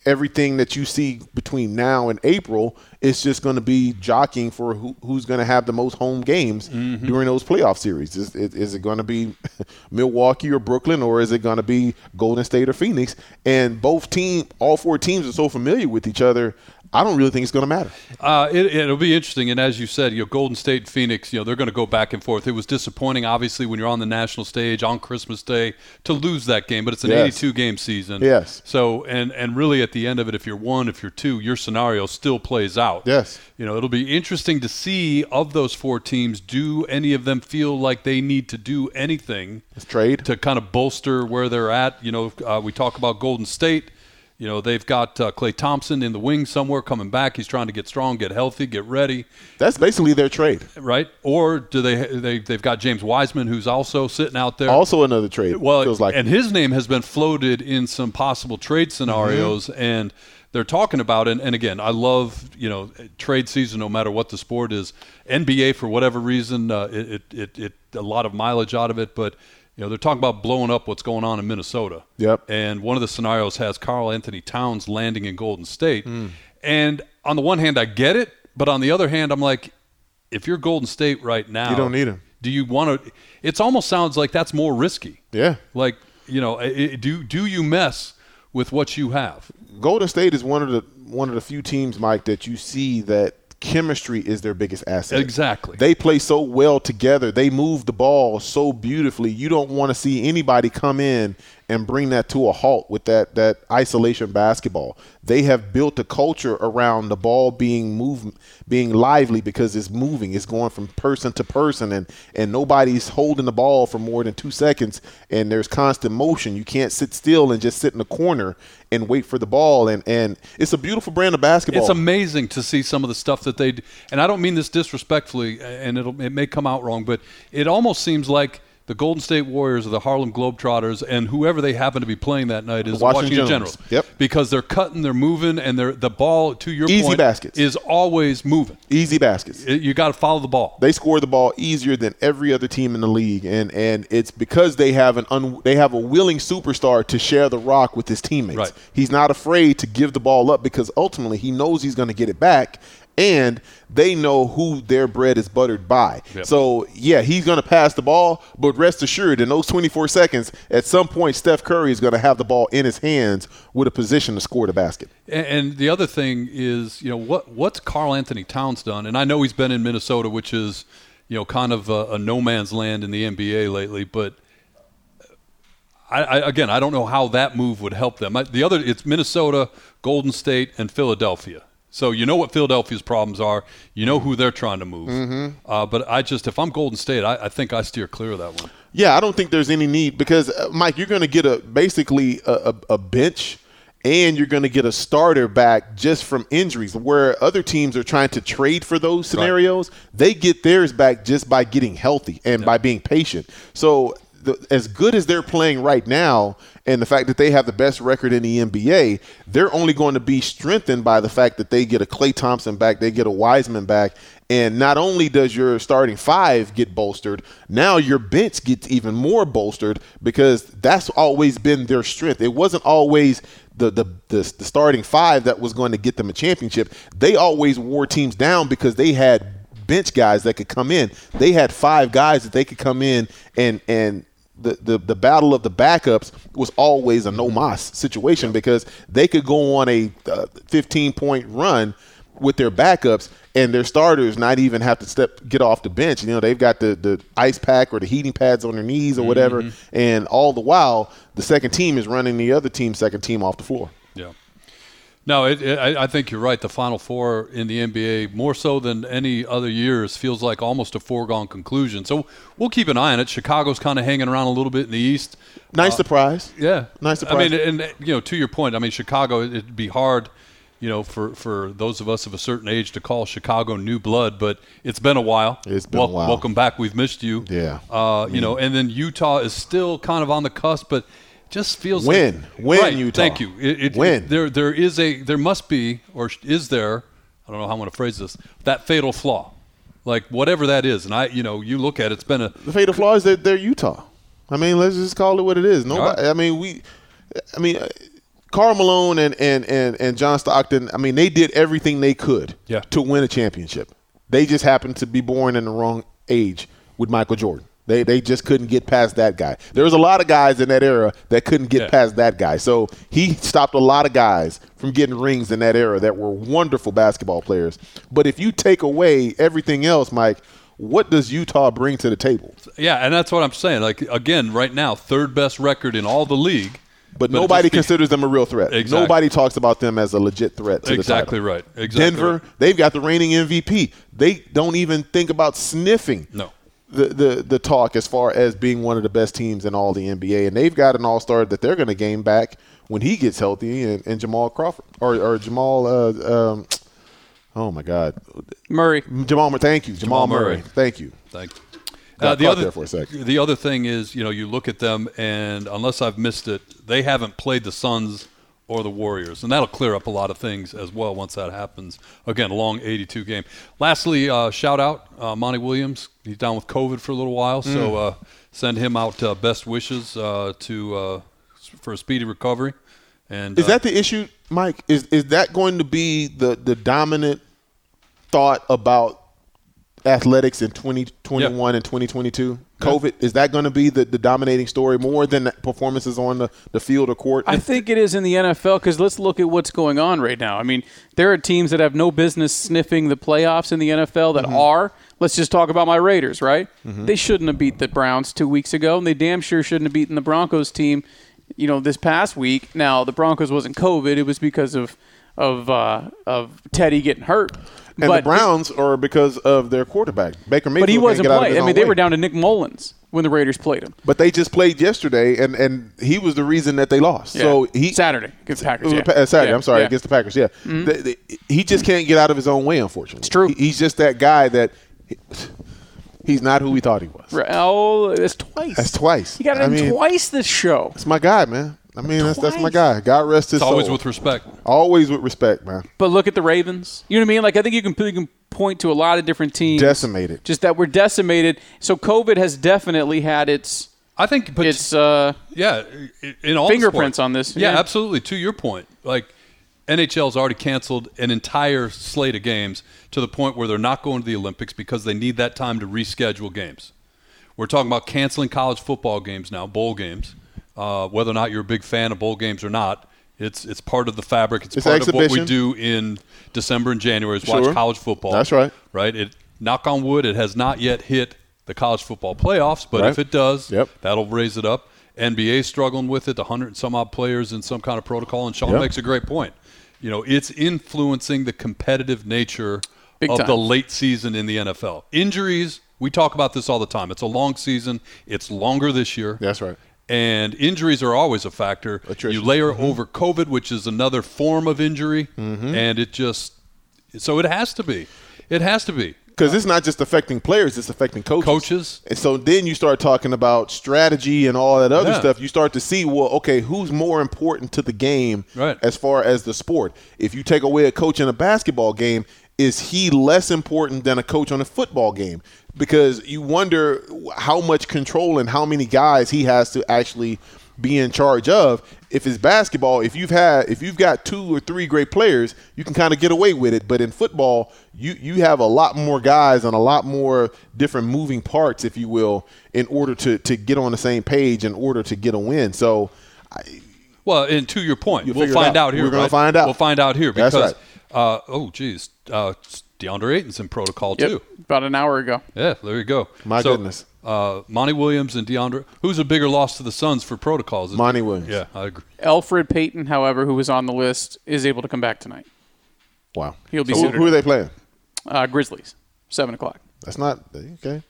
D: everything that you see between now and April is just going to be jockeying for who, who's going to have the most home games
C: Mm-hmm.
D: during those playoff series. Is, is, is it going to be Milwaukee or Brooklyn, or is it going to be Golden State or Phoenix? And both team, all four teams are so familiar with each other. I don't really think it's going to matter.
C: Uh, it, it'll be interesting, and as you said, you know, Golden State, and Phoenix, you know, they're going to go back and forth. It was disappointing, obviously, when you're on the national stage on Christmas Day to lose that game, but it's an
D: Yes.
C: 82 game season.
D: Yes.
C: So, and and really, at the end of it, if you're one, if you're two, your scenario still plays out.
D: Yes.
C: You know, it'll be interesting to see of those four teams, do any of them feel like they need to do anything?
D: It's trade.
C: to kind of bolster where they're at. You know, uh, we talk about Golden State. You know, they've got uh, Clay Thompson in the wing somewhere coming back. He's trying to get strong, get healthy, get ready,
D: That's basically their trade.
C: right? Or do they? they they've got James Wiseman, who's also sitting out there.
D: Also, another trade.
C: well,
D: feels like Mm-hmm.
C: and his name has been floated in some possible trade scenarios, and they're talking about. And, and again, I love you know trade season, no matter what the sport is. NBA for whatever reason, uh, it, it it it a lot of mileage out of it, but you know they're talking about blowing up what's going on in Minnesota.
D: Yep.
C: And one of the scenarios has Carl Anthony Towns landing in Golden State,
D: Mm.
C: and on the one hand, I get it, but on the other hand, I'm like, if you're Golden State right now,
D: You don't need him.
C: Do you want to? It almost sounds like that's more risky.
D: yeah,
C: Like, you know, i i do do you mess with what you have.
D: Golden State is one of the one of the few teams, Mike, that you see that chemistry is their biggest asset.
C: Exactly.
D: They play so well together. They move the ball so beautifully. You don't want to see anybody come in and bring that to a halt with that that isolation basketball. They have built a culture around the ball being move being lively because it's moving. It's going from person to person and and nobody's holding the ball for more than 2 seconds and there's constant motion. You can't sit still and just sit in the corner and wait for the ball and and it's a beautiful brand of basketball.
C: It's amazing to see some of the stuff that they do. And I don't mean this disrespectfully, and it'll, it may come out wrong, but it almost seems like the Golden State Warriors or the Harlem Globetrotters and whoever they happen to be playing that night is
D: Washington
C: Washington,
D: Generals.
C: Generals.
D: Yep.
C: Because they're cutting, they're moving, and they're, the ball, to your
D: Easy
C: point,
D: baskets.
C: is always moving.
D: Easy baskets.
C: It- you got to follow the ball.
D: they score the ball easier than every other team in the league, and and it's because they have an un, they have a willing superstar to share the rock with his teammates.
C: Right.
D: He's not afraid to give the ball up because ultimately he knows he's going to get it back, and they know who their bread is buttered by.
C: Yep.
D: So yeah, he's going to pass the ball, but rest assured, in those 24 seconds, at some point Steph Curry is going to have the ball in his hands with a position to score the basket.
C: And, and the other thing is, you know, what what's Carl Anthony Towns done? And I know he's been in Minnesota, which is, you know, kind of a, a no man's land in the NBA lately. But I, I again, I don't know how that move would help them. I, the other, it's Minnesota, Golden State, and Philadelphia. So you know what Philadelphia's problems are. You know who they're trying to move. Uh, but I just, if I'm Golden State, I, I think I steer clear of that one.
D: Yeah, I don't think there's any need because uh, Mike, you're going to get a basically a, a, a bench, and you're going to get a starter back just from injuries. Where other teams are trying to trade for those scenarios, they get theirs back just by getting healthy and by being patient. So. The, as good as they're playing right now, and the fact that they have the best record in the NBA, they're only going to be strengthened by the fact that they get a Clay Thompson back, they get a Wiseman back, and not only does your starting five get bolstered, now your bench gets even more bolstered because that's always been their strength. It wasn't always the the, the, the starting five that was going to get them a championship. They always wore teams down because they had bench guys that could come in. They had five guys that they could come in and and the, the, the battle of the backups was always a no mas situation because they could go on a uh, 15 point run with their backups and their starters not even have to step get off the bench. You know, they've got the, the ice pack or the heating pads on their knees or whatever.
C: Mm-hmm.
D: And all the while, the second team is running the other team's second team off the floor.
C: Yeah. No, it, it, I, I think you're right. The Final Four in the NBA, more so than any other years, feels like almost a foregone conclusion. So we'll keep an eye on it. Chicago's kind of hanging around a little bit in the East.
D: Nice surprise.
C: Uh, Yeah,
D: Nice
C: I
D: surprise.
C: mean, and uh, you know, to your point, I mean, Chicago. It'd be hard, you know, for for those of us of a certain age to call Chicago new blood, but it's been a while.
D: It's been a
C: Wel-
D: while.
C: Welcome back. We've missed you.
D: Yeah.
C: Uh, you know, and then Utah is still kind of on the cusp, but just feels
D: Win.
C: like,
D: Win,
C: Right,
D: Utah.
C: Thank you. It, it,
D: Win.
C: there, there is a there must be or sh- is there? I don't know how I want to phrase this. That fatal flaw, like whatever that is, and I, you know, you look at it, it's been a
D: The fatal flaw is that they're Utah. I mean, let's just call it what it is. Nobody.
C: right.
D: I mean, we. I mean, uh, Karl Malone and and and and John Stockton. I mean, they did everything they could
C: Yeah.
D: to win a championship. They just happened to be born in the wrong age with Michael Jordan. They they just couldn't get past that guy. There was a lot of guys in that era that couldn't get
C: Yeah.
D: past that guy. So he stopped a lot of guys from getting rings in that era that were wonderful basketball players. But if you take away everything else, Mike, what does Utah bring to the table?
C: Yeah, and that's what I'm saying. Like again, right now, third best record in all the league.
D: But,
C: it
D: nobody
C: just be-
D: considers them a real threat.
C: Exactly.
D: Nobody talks about them as a legit threat to
C: Exactly
D: the title.
C: right. Exactly.
D: Denver,
C: right.
D: they've got the reigning MVP. They don't even think about sniffing
C: No.
D: the, the the talk as far as being one of the best teams in all the NBA. And they've got an all star that they're going to game back when he gets healthy and, and Jamal Crawford or, or Jamal. Uh, um, oh my God,
E: Murray.
D: Jamal. Mur- Thank you, Jamal,
C: Jamal
D: Murray.
C: Murray.
D: Thank you.
C: Thank you. Uh,
D: Got caught there for a second.
C: the other thing is, you know, you look at them, and unless I've missed it, they haven't played the Suns or the Warriors, and that'll clear up a lot of things as well once that happens. Again, a long 82 game. Lastly, uh, shout out uh, Monty Williams. He's down with COVID for a little while, so
D: Mm.
C: uh, send him out uh, best wishes uh, to uh, for a speedy recovery. And
D: Is
C: uh,
D: that the issue, Mike? Is is that going to be the the dominant thought about athletics in 2021 and 2022? COVID is that going to be the, the dominating story more than the performances on the, the field or court?
E: I think it is in the NFL because let's look at what's going on right now. I mean, there are teams that have no business sniffing the playoffs in the NFL that
D: Mm-hmm.
E: are. Let's just talk about my Raiders, right? They shouldn't have beat the Browns two weeks ago, and they damn sure shouldn't have beaten the Broncos team. You know, this past week. Now the Broncos wasn't COVID; it was because of of uh, of Teddy getting hurt.
D: and the Browns are because of their quarterback Baker Mayfield.
E: but he
D: can't
E: wasn't
D: get out of his
E: playing. I
D: own
E: mean, they
D: way.
E: were down to Nick Mullins when the Raiders played him.
D: But they just played yesterday, and and he was the reason that they lost. So
E: Yeah.
D: he
E: Saturday against the Packers.
D: It was
E: Yeah.
D: a pa- uh, Saturday.
E: Yeah.
D: I'm sorry,
E: Yeah. Mm-hmm.
D: against the Packers. Yeah, The- the- he just can't get out of his own way. Unfortunately, it's
E: true.
D: he's just that guy that he's not who we thought he was.
E: Right. Oh, that's twice.
D: That's twice.
E: You got it
D: I
E: in
D: mean-
E: twice this show.
D: That's my guy, man. I mean, that's that's my
E: Twice.
D: guy. God rest his
C: It's always
D: soul.
C: with respect.
D: always with respect, man.
E: But look at the Ravens. You know what I mean? Like I think you can you can point to a lot of different teams
D: Decimated.
E: Just that we're decimated. So COVID has definitely had its
C: I think, but
E: its uh
C: yeah, i- in all the
E: Fingerprints
C: sports.
E: on this,
C: Yeah,
E: yeah.
C: absolutely. To your point, like NHL's already canceled an entire slate of games to the point where they're not going to the Olympics because they need that time to reschedule games. We're talking about canceling college football games now, bowl games. Uh, whether or not you're a big fan of bowl games or not, it's it's part of the fabric. It's,
D: It's
C: part of what we
D: exhibition.
C: do in December and January is
D: Sure.
C: watch college football.
D: That's right.
C: Right. It knock on wood, it has not yet hit the college football playoffs, but
D: Right.
C: if it does,
D: Yep.
C: That'll raise it up. NBA struggling with it. The hundred and some odd players in some kind of protocol. And Sean
D: Yeah.
C: makes a great point. You know, it's influencing the competitive nature
E: Big
C: of
E: time.
C: the late season in the NFL. Injuries. We talk about this all the time. It's a long season. It's longer this year.
D: That's right.
C: And injuries are always a factor.
D: Attrition. Mm-hmm.
C: You layer over COVID, which is another form of injury, and it just so it has to be. It has to be.
D: Because it's not just affecting players; it's affecting coaches.
C: Coaches.
D: And so then you start talking about strategy and all that other
C: Yeah.
D: stuff. You start to see, well, okay, who's more important to the game
C: Right.
D: as far as the sport? If you take away a coach in a basketball game, is he less important than a coach on a football game? Because you wonder how much control and how many guys he has to actually be in charge of. If it's basketball, if you've had if you've got two or three great players, you can kind of get away with it. But in football, you you have a lot more guys and a lot more different moving parts, if you will, in order to to get on the same page, in order to get a win. So
C: Well, and to your point,
D: You'll
C: we'll
D: figure it
C: find
D: out.
C: out, here.
D: We're gonna
C: right?
D: find out.
C: We'll find out here because
D: That's
C: uh, oh, geez, uh, DeAndre Ayton's in protocol
E: yep,
C: too.
E: about an hour ago.
C: Yeah, there you go.
D: My
C: So,
D: goodness.
C: uh, Monty Williams and DeAndre. Who's a bigger loss to the Suns for protocols?
D: Monty Williams.
C: Yeah, I agree.
E: Alfred Payton, however, who was on the list, is able to come back tonight.
D: Wow.
E: He'll be
D: So who,
E: suited
D: who are
E: up.
D: they playing?
E: Uh, Grizzlies, seven o'clock.
D: That's not okay.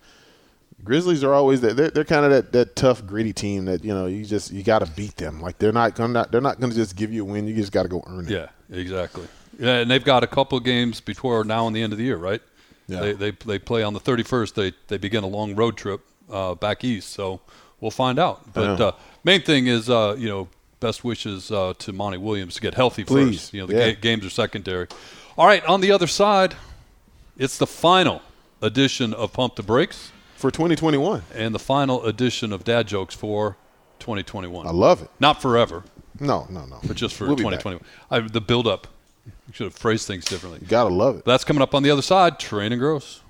D: Grizzlies are always that they're, they're kind of that, that tough gritty team that you know you just you got to beat them like they're not gonna they're not gonna just give you a win you just got to go earn it
C: Yeah, exactly. Yeah, and they've got a couple of games before now and the end of the year, right?
D: Yeah.
C: They, they they play on the 31st. They they begin a long road trip uh, back east. So we'll find out. But
D: know.
C: uh, main thing is, uh, you know, best wishes uh, to Monty Williams to get healthy
D: Please.
C: first. You know, the
D: Yeah.
C: ga- games are secondary. All right, on the other side, it's the final edition of Pump the Brakes
D: for 2021
C: and the final edition of Dad Jokes for 2021.
D: I love it
C: Not forever,
D: no no no
C: but just for
D: We'll be back.
C: 2021. I, the build up. You should have phrased things differently.
D: gotta love it
C: That's coming up on the other side. Train and Gross.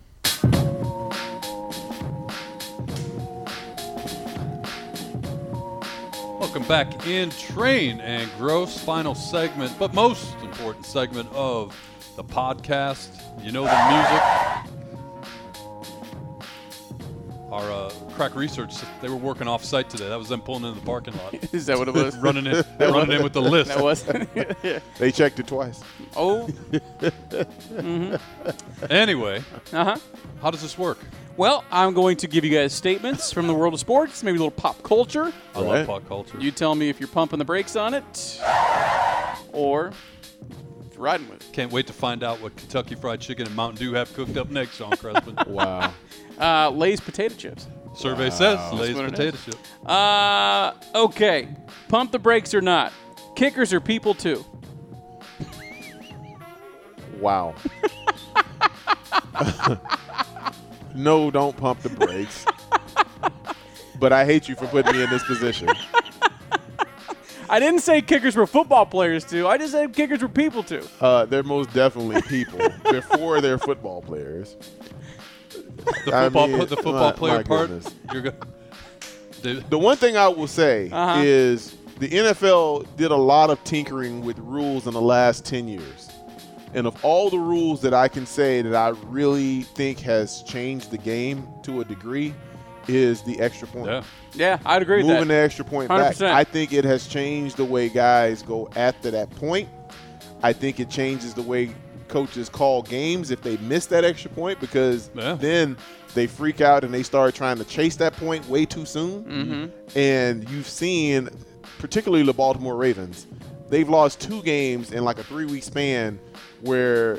C: Welcome back in Train and Gross, final segment, but most important segment of the podcast. You know the music. Our uh, crack research, they were working off site today. That was them pulling into the parking lot.
E: Is that what it was?
C: running in, running in with the list.
E: That was.
D: they checked it twice
E: oh,
C: Anyway,
E: uh huh.
C: how does this work?
E: Well, I'm going to give you guys statements from the world of sports, maybe a little pop culture.
C: I love
D: Right.
C: pop culture.
E: You tell me if you're pumping the brakes on it or if you're riding with it.
C: Can't wait to find out what Kentucky Fried Chicken and Mountain Dew have cooked up next, Sean Crespin.
D: wow
E: Uh, Lay's potato chips.
C: Survey says Lay's
E: what it
C: potato
E: is.
C: chip.
E: Uh, okay. Pump the brakes or not. Kickers are people too.
D: wow no don't pump the brakes but I hate you for putting me in this position
E: I didn't say kickers were football players too. I just said kickers were people too.
D: uh, they're most definitely people before they're football players
C: The
D: I
C: football,
D: mean,
C: the football
D: my-
C: player
D: my
C: part.
D: goodness.
C: You're gonna, the,
D: The one thing I will say is the NFL did a lot of tinkering with rules in the last 10 years. And of all the rules that I can say that I really think has changed the game to a degree is the extra point.
C: yeah.
E: Yeah, I'd agree with
D: Moving the
E: that.
D: extra point back.
E: 100%.
D: I think it has changed the way guys go after that point. I think it changes the way coaches call games if they miss that extra point because
C: Yeah.
D: then they freak out and they start trying to chase that point way too soon. And you've seen, particularly the Baltimore Ravens, they've lost two games in like a three week span where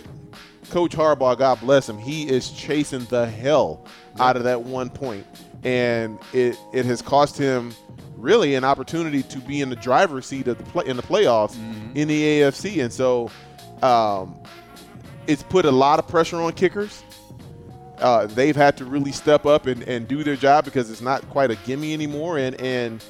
D: Coach Harbaugh, God bless him, he is chasing the hell out of that one point, and it it has cost him really an opportunity to be in the driver's seat of the play in the playoffs in the AFC, and so um, it's put a lot of pressure on kickers. Uh, they've had to really step up and, and do their job because it's not quite a gimme anymore, and and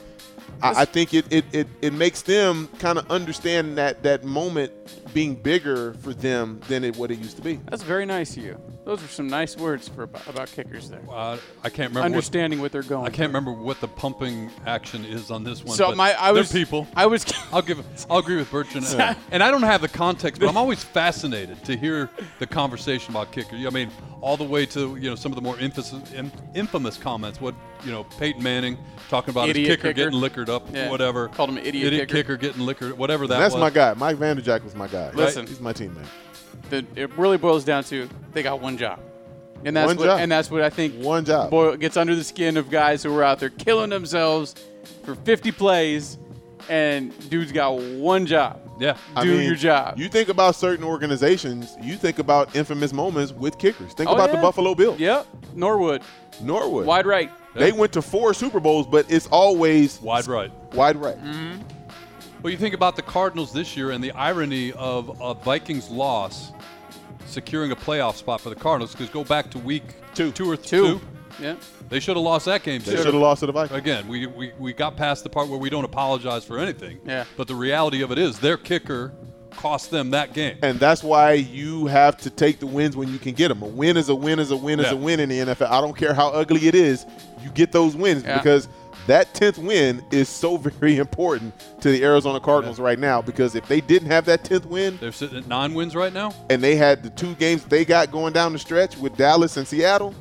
D: I, I think it, it, it, it makes them kind of understand that that moment being bigger for them than it what it used to be.
E: That's very nice of you. Those are some nice words for about, about kickers there.
C: Uh, I can't remember. What,
E: Understanding what they're going.
C: I can't remember what the pumping action is on this one.
E: So
C: but
E: my, I
C: they're
E: was
C: people.
E: I was.
C: I'll give. I'll agree with Birch, and, and I don't have the context, but I'm always fascinated to hear the conversation about kicker. I mean, all the way to you know some of the more infamous, in- infamous comments. What you know, Peyton Manning talking about his
E: Idiot
C: kicker,
E: kicker.
C: getting liquored up,
E: Yeah.
C: whatever.
E: Called him an idiot
C: idiot
E: kicker.
C: kicker. getting liquored, whatever that.
D: And that's
C: was.
D: my guy. Mike Vanderjack was my guy.
E: Listen.
D: he's my teammate.
E: the, it really boils down to they got one job, and that's
D: One
E: what
D: job.
E: and that's what I think.
D: One job.
E: boil, gets under the skin of guys who are out there killing themselves for 50 plays, and dude's got one job.
C: Yeah.
E: do your job.
D: You think about certain organizations. You think about infamous moments with kickers. Think
E: Oh,
D: about the
E: yeah.
D: Buffalo Bills.
E: Yep, Norwood,
D: Norwood.
E: wide right.
D: They went to four Super Bowls, but it's always
C: Wide right.
D: wide right.
E: Mm,
C: Well, you think about the Cardinals this year and the irony of a Vikings loss securing a playoff spot for the Cardinals. Because go back to week two, two or th-
E: Two. Yeah.
C: They should have lost that game.
D: They should have lost to the Vikings.
C: Again, we, we, we got past the part where we don't apologize for anything.
E: Yeah.
C: But the reality of it is their kicker cost them that game.
D: And that's why you have to take the wins when you can get them. A win is a win is a win is
C: Yeah.
D: a win in the NFL. I don't care how ugly it is. You get those wins
E: Yeah.
D: because that 10th win is so very important to the Arizona Cardinals right now because if they didn't have that 10th win
C: They're sitting at nine wins right now.
D: and they had the two games they got going down the stretch with Dallas and Seattle,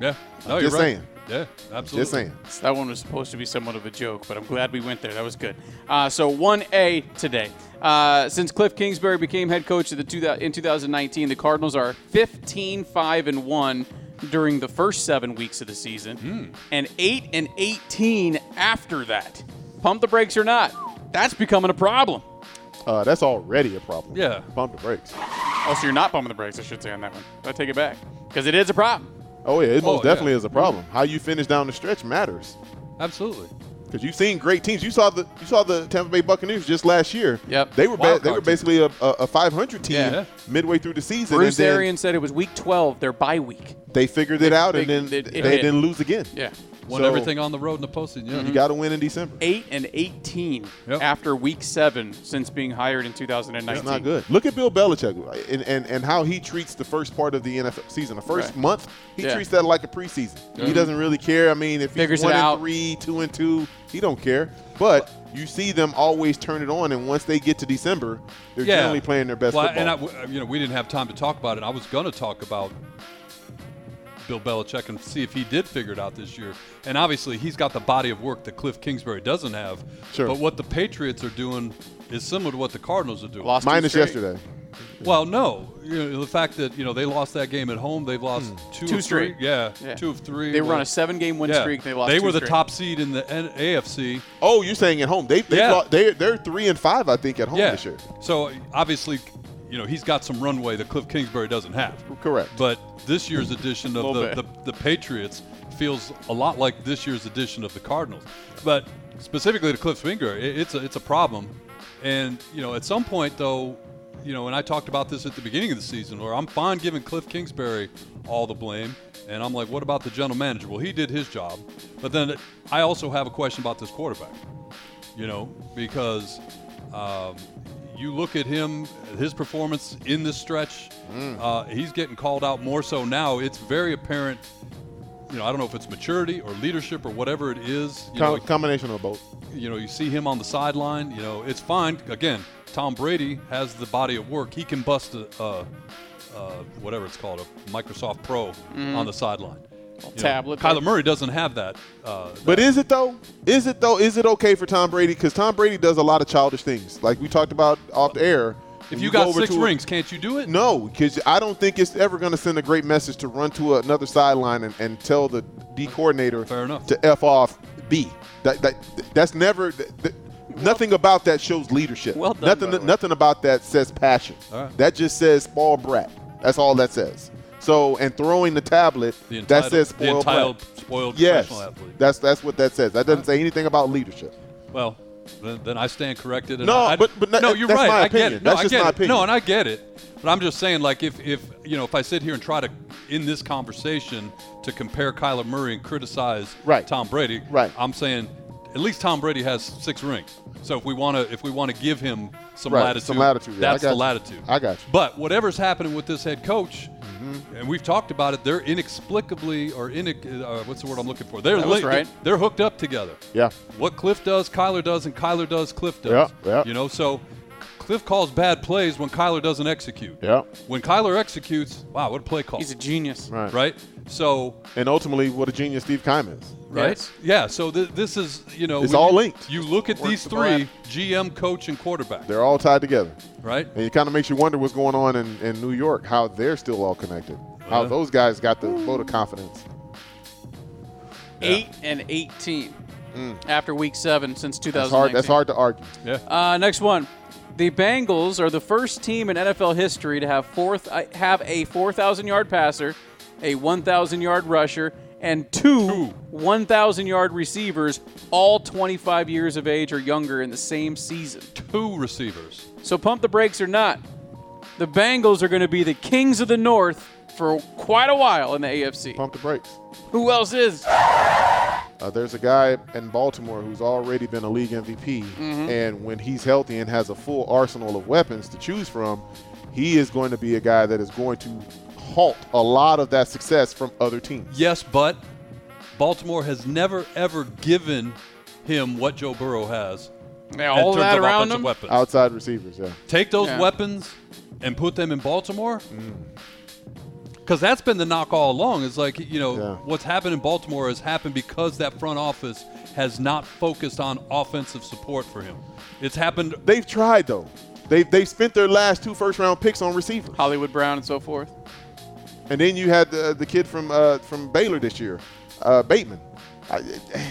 C: Yeah. No,
D: I'm
C: you're
D: just
C: right.
D: saying.
C: Yeah, absolutely.
D: just saying.
E: That one was supposed to be somewhat of a joke, but I'm glad we went there. That was good. Uh, so 1A today. Uh, since Cliff Kingsbury became head coach of the two, in 2019, the Cardinals are 15 5 and 1 during the first seven weeks of the season and 8 and 18 after that. Pump the brakes or not, that's becoming a problem.
D: uh, that's already a problem.
C: Yeah.
D: Bump the brakes.
E: Oh, so you're not pumping the brakes, I should say, on that one. I take it back because it is a problem.
D: Oh, yeah. It most
C: Oh, yeah.
D: definitely is a problem. How you finish down the stretch matters.
C: Absolutely.
D: Because you've seen great teams. You saw the you saw the Tampa Bay Buccaneers just last year.
E: Yep.
D: They were ba-
C: Wild
D: they
C: card
D: were
C: team.
D: basically a, a, a 500 team
E: Yeah.
D: midway through the season.
E: Bruce
D: and then
E: Arians said it was week 12, their bye week.
D: They figured it out,
E: They-
D: and then
E: they-
D: they,
E: it hit.
D: didn't lose again.
E: Yeah.
C: Won
D: So- Mm-hmm.
C: everything on the road in the postseason. Yeah.
D: You got to win in December.
E: 8 and 18
C: Yep.
E: after week 7 since being hired in 2019.
D: It's not good. Look at Bill Belichick right, and, and, and how he treats the first part of the NFL season. The first
E: Right.
D: month, he
E: Yeah.
D: treats that like a preseason. He
E: Mhm.
D: doesn't really care. I mean, if
E: Figures
D: he's
E: it
D: one
E: out.
D: and three, two and two, he don't care. But you see them always turn it on, and once they get to December, they're
C: yeah.
D: generally playing their best
C: well,
D: football.
C: And I, w- you know, we didn't have time to talk about it. I was going to talk about Bill Belichick and see if he did figure it out this year. And obviously, he's got the body of work that Cliff Kingsbury doesn't have.
D: Sure.
C: But what the Patriots are doing is similar to what the Cardinals are doing.
E: Lost two
D: Minus
E: straight.
D: yesterday.
C: Well, no, you know, the fact that you know they lost that game at home, they've lost two,
E: Hmm. Two
C: of three.
E: straight.
C: Yeah,
E: Yeah.
C: two of three.
E: They were on
C: Well,
E: a seven-game win
C: yeah.
E: streak. They lost. two
C: were the
E: straight.
C: top seed in the N- AFC.
D: Oh, you're saying at home? They they
C: Yeah.
D: yeah. they they're three and five, I think, at home
C: yeah.
D: this year.
C: So obviously, you know he's got some runway that Cliff Kingsbury doesn't have.
D: Correct.
C: But this year's edition of
E: Little
C: the, the, the Patriots feels a lot like this year's edition of the Cardinals. But specifically to Cliff's finger, it, it's a, it's a problem. And you know, at some point though, you know, and I talked about this at the beginning of the season, where I'm fine giving Cliff Kingsbury all the blame, and I'm like, what about the general manager? Well, he did his job, but then I also have a question about this quarterback you know, because um, you look at him, his performance in this stretch,
D: Mm.
C: uh, he's getting called out more so now. It's very apparent. You know, I don't know if it's maturity or leadership or whatever it is. You know,
D: Com- combination of both.
C: you know, you see him on the sideline. You know, it's fine. Again, Tom Brady has the body of work. He can bust a, uh, uh, whatever it's called, a Microsoft Pro
D: Mm-hmm.
C: on the sideline. You know,
E: tablet.
C: Kyler Murray doesn't have that. Uh,
D: But is it though? Is it though? Is it okay for Tom Brady? Because Tom Brady does a lot of childish things, like we talked about off the air. When
C: if you
D: go
C: got
D: over
C: six
D: to a-
C: rings, can't you do it?
D: no, because I don't think it's ever going to send a great message to run to another sideline and, and tell the D coordinator
C: Fair enough.
D: to f off B. That, that that's never. That, that- Nothing about that shows leadership.
E: Well done,
D: nothing.
E: by the way.
D: Nothing about that says passion.
C: All right.
D: That just says spoiled brat. That's all that says. So, and throwing the tablet
C: The entitled,
D: that says
C: the
D: spoiled
C: entitled,
D: brat.
C: spoiled
D: Yes,
C: professional athlete.
D: that's that's what that says. That doesn't say anything about leadership.
C: Well, then, then I stand corrected. And
D: No,
C: I, I-
D: but- but that-
C: no, you're
D: that's
C: right.
D: my
C: I get
D: opinion.
C: it. No,
D: That's
C: I
D: just
C: get
D: my
C: it.
D: opinion.
C: No, and I get it. But I'm just saying, like, if if you know, if I sit here and try to in this conversation to compare Kyler Murray and criticize
D: Right.
C: Tom Brady,
D: Right.
C: I'm saying at least Tom Brady has six rings. So if we want to, if we want to give him some
D: Right,
C: latitude,
D: some latitude, yeah, I
C: that's
D: got
C: the
D: you.
C: latitude.
D: I got you. Mm-hmm.
C: But whatever's happening with this head coach. And we've talked about it. They're inexplicably, or inic- uh, what's the word I'm looking for? They're
E: That was
C: li-
E: right.
C: They're hooked up together.
D: Yeah.
C: What Cliff does, Kyler does, and Kyler does, Cliff does.
D: Yeah, yeah.
C: You know, so Cliff calls bad plays when Kyler doesn't execute.
D: Yeah.
C: When Kyler executes, wow, what a play call.
E: He's a genius.
D: Right.
C: right? So,
D: And ultimately, what a genius Steve Kime is.
C: right?
E: Yes.
C: Yeah, so th- this is, you know.
D: It's
C: when
D: all
C: you-
D: linked.
C: You look at these
E: the ball
C: three, GM, coach, and quarterback,
D: They're all tied together.
C: right?
D: And it kind of makes you wonder what's going on in, in New York, how they're still all connected, how
C: Yeah.
D: those guys got the vote of confidence.
E: Eight and eighteen after week seven since
D: Mm. That's
E: 2019.
D: hard. That's hard to argue.
C: Yeah.
E: Uh, next one. The Bengals are the first team in NFL history to have fourth uh, have a 4,000 yard passer, a 1,000 yard rusher, and two, 1,000 yard receivers, all 25 years of age or younger in the same season.
C: Two receivers.
E: So pump the brakes or not, the Bengals are going to be the kings of the North for quite a while in the AFC.
D: Pump the brakes.
E: Who else is?
D: Uh, there's a guy in Baltimore who's already been a league MVP, and when he's healthy and has a full arsenal of weapons to choose from, he is going to be a guy that is going to halt a lot of that success from other teams.
C: Yes, but Baltimore has never, ever given him what Joe Burrow has
E: Yeah,
C: in
E: all
C: terms
E: that
C: of
E: around
C: offensive
E: them.
C: weapons.
D: Outside receivers, yeah.
C: take those
E: Yeah.
C: weapons and put them in Baltimore? Because that's been the knock all along. Is like, you know,
D: Yeah.
C: what's happened in Baltimore has happened because that front office has not focused on offensive support for him. It's happened.
D: They've tried though. They've they've spent their last two first round picks on receivers.
E: Hollywood Brown and so forth.
D: And then you had the the kid from uh, from Baylor this year, uh, Bateman. I,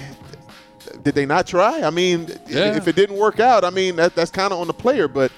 D: did they not try? I mean,
C: Yeah.
D: if it didn't work out, I mean that, that's kind of on the player. But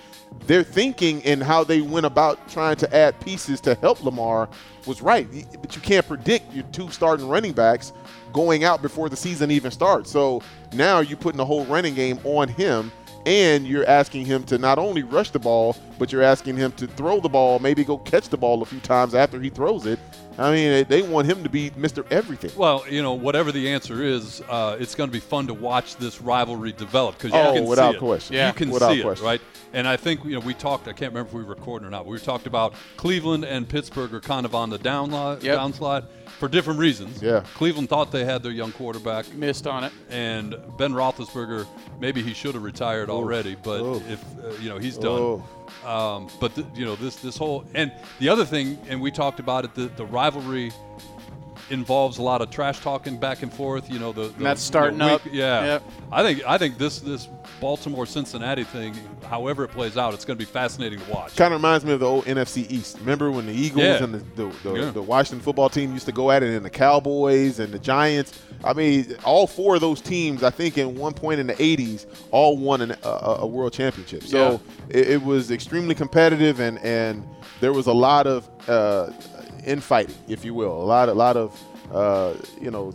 D: their thinking and how they went about trying to add pieces to help Lamar was right. But you can't predict your two starting running backs going out before the season even starts. So now you're putting the whole running game on him. And you're asking him to not only rush the ball, but you're asking him to throw the ball, maybe go catch the ball a few times after he throws it. I mean, they- they want him to be Mr. Everything.
C: Well, you know, whatever the answer is, uh, it's going to be fun to watch this rivalry develop because
D: Oh,
C: you can
D: without
C: see it.
D: question.
E: Yeah.
C: you can
D: Without
C: see
D: question.
C: it, right? And I think you know we talked. I can't remember if we were recording or not. But we talked about Cleveland and Pittsburgh are kind of on the down lot,
E: Yep.
C: downslide for different reasons.
D: Yeah.
C: Cleveland thought they had their young quarterback,
E: Missed on it.
C: and Ben Roethlisberger. Maybe he should have retired already, but
D: Oof.
C: if uh, you know he's
D: Oh.
C: done. Um, but th- you know this this whole and the other thing, and we talked about it. The, the rivalry involves a lot of trash talking back and forth. You know the, the
E: that's starting
C: you know,
E: up.
C: Yeah,
E: Yep.
C: I think I think this this Baltimore Cincinnati thing, however it plays out, it's going to be fascinating to watch.
D: Kind of reminds me of the old NFC East. Remember when the Eagles
C: Yeah.
D: and the, the, the,
C: Yeah.
D: the Washington football team used to go at it, and the Cowboys and the Giants? I mean, all four of those teams, I think, in one point in the 80s, all won an, a, a a world championship. So it, it was extremely competitive, and, and there was a lot of uh, infighting, if you will, a lot, a lot of, uh, you know,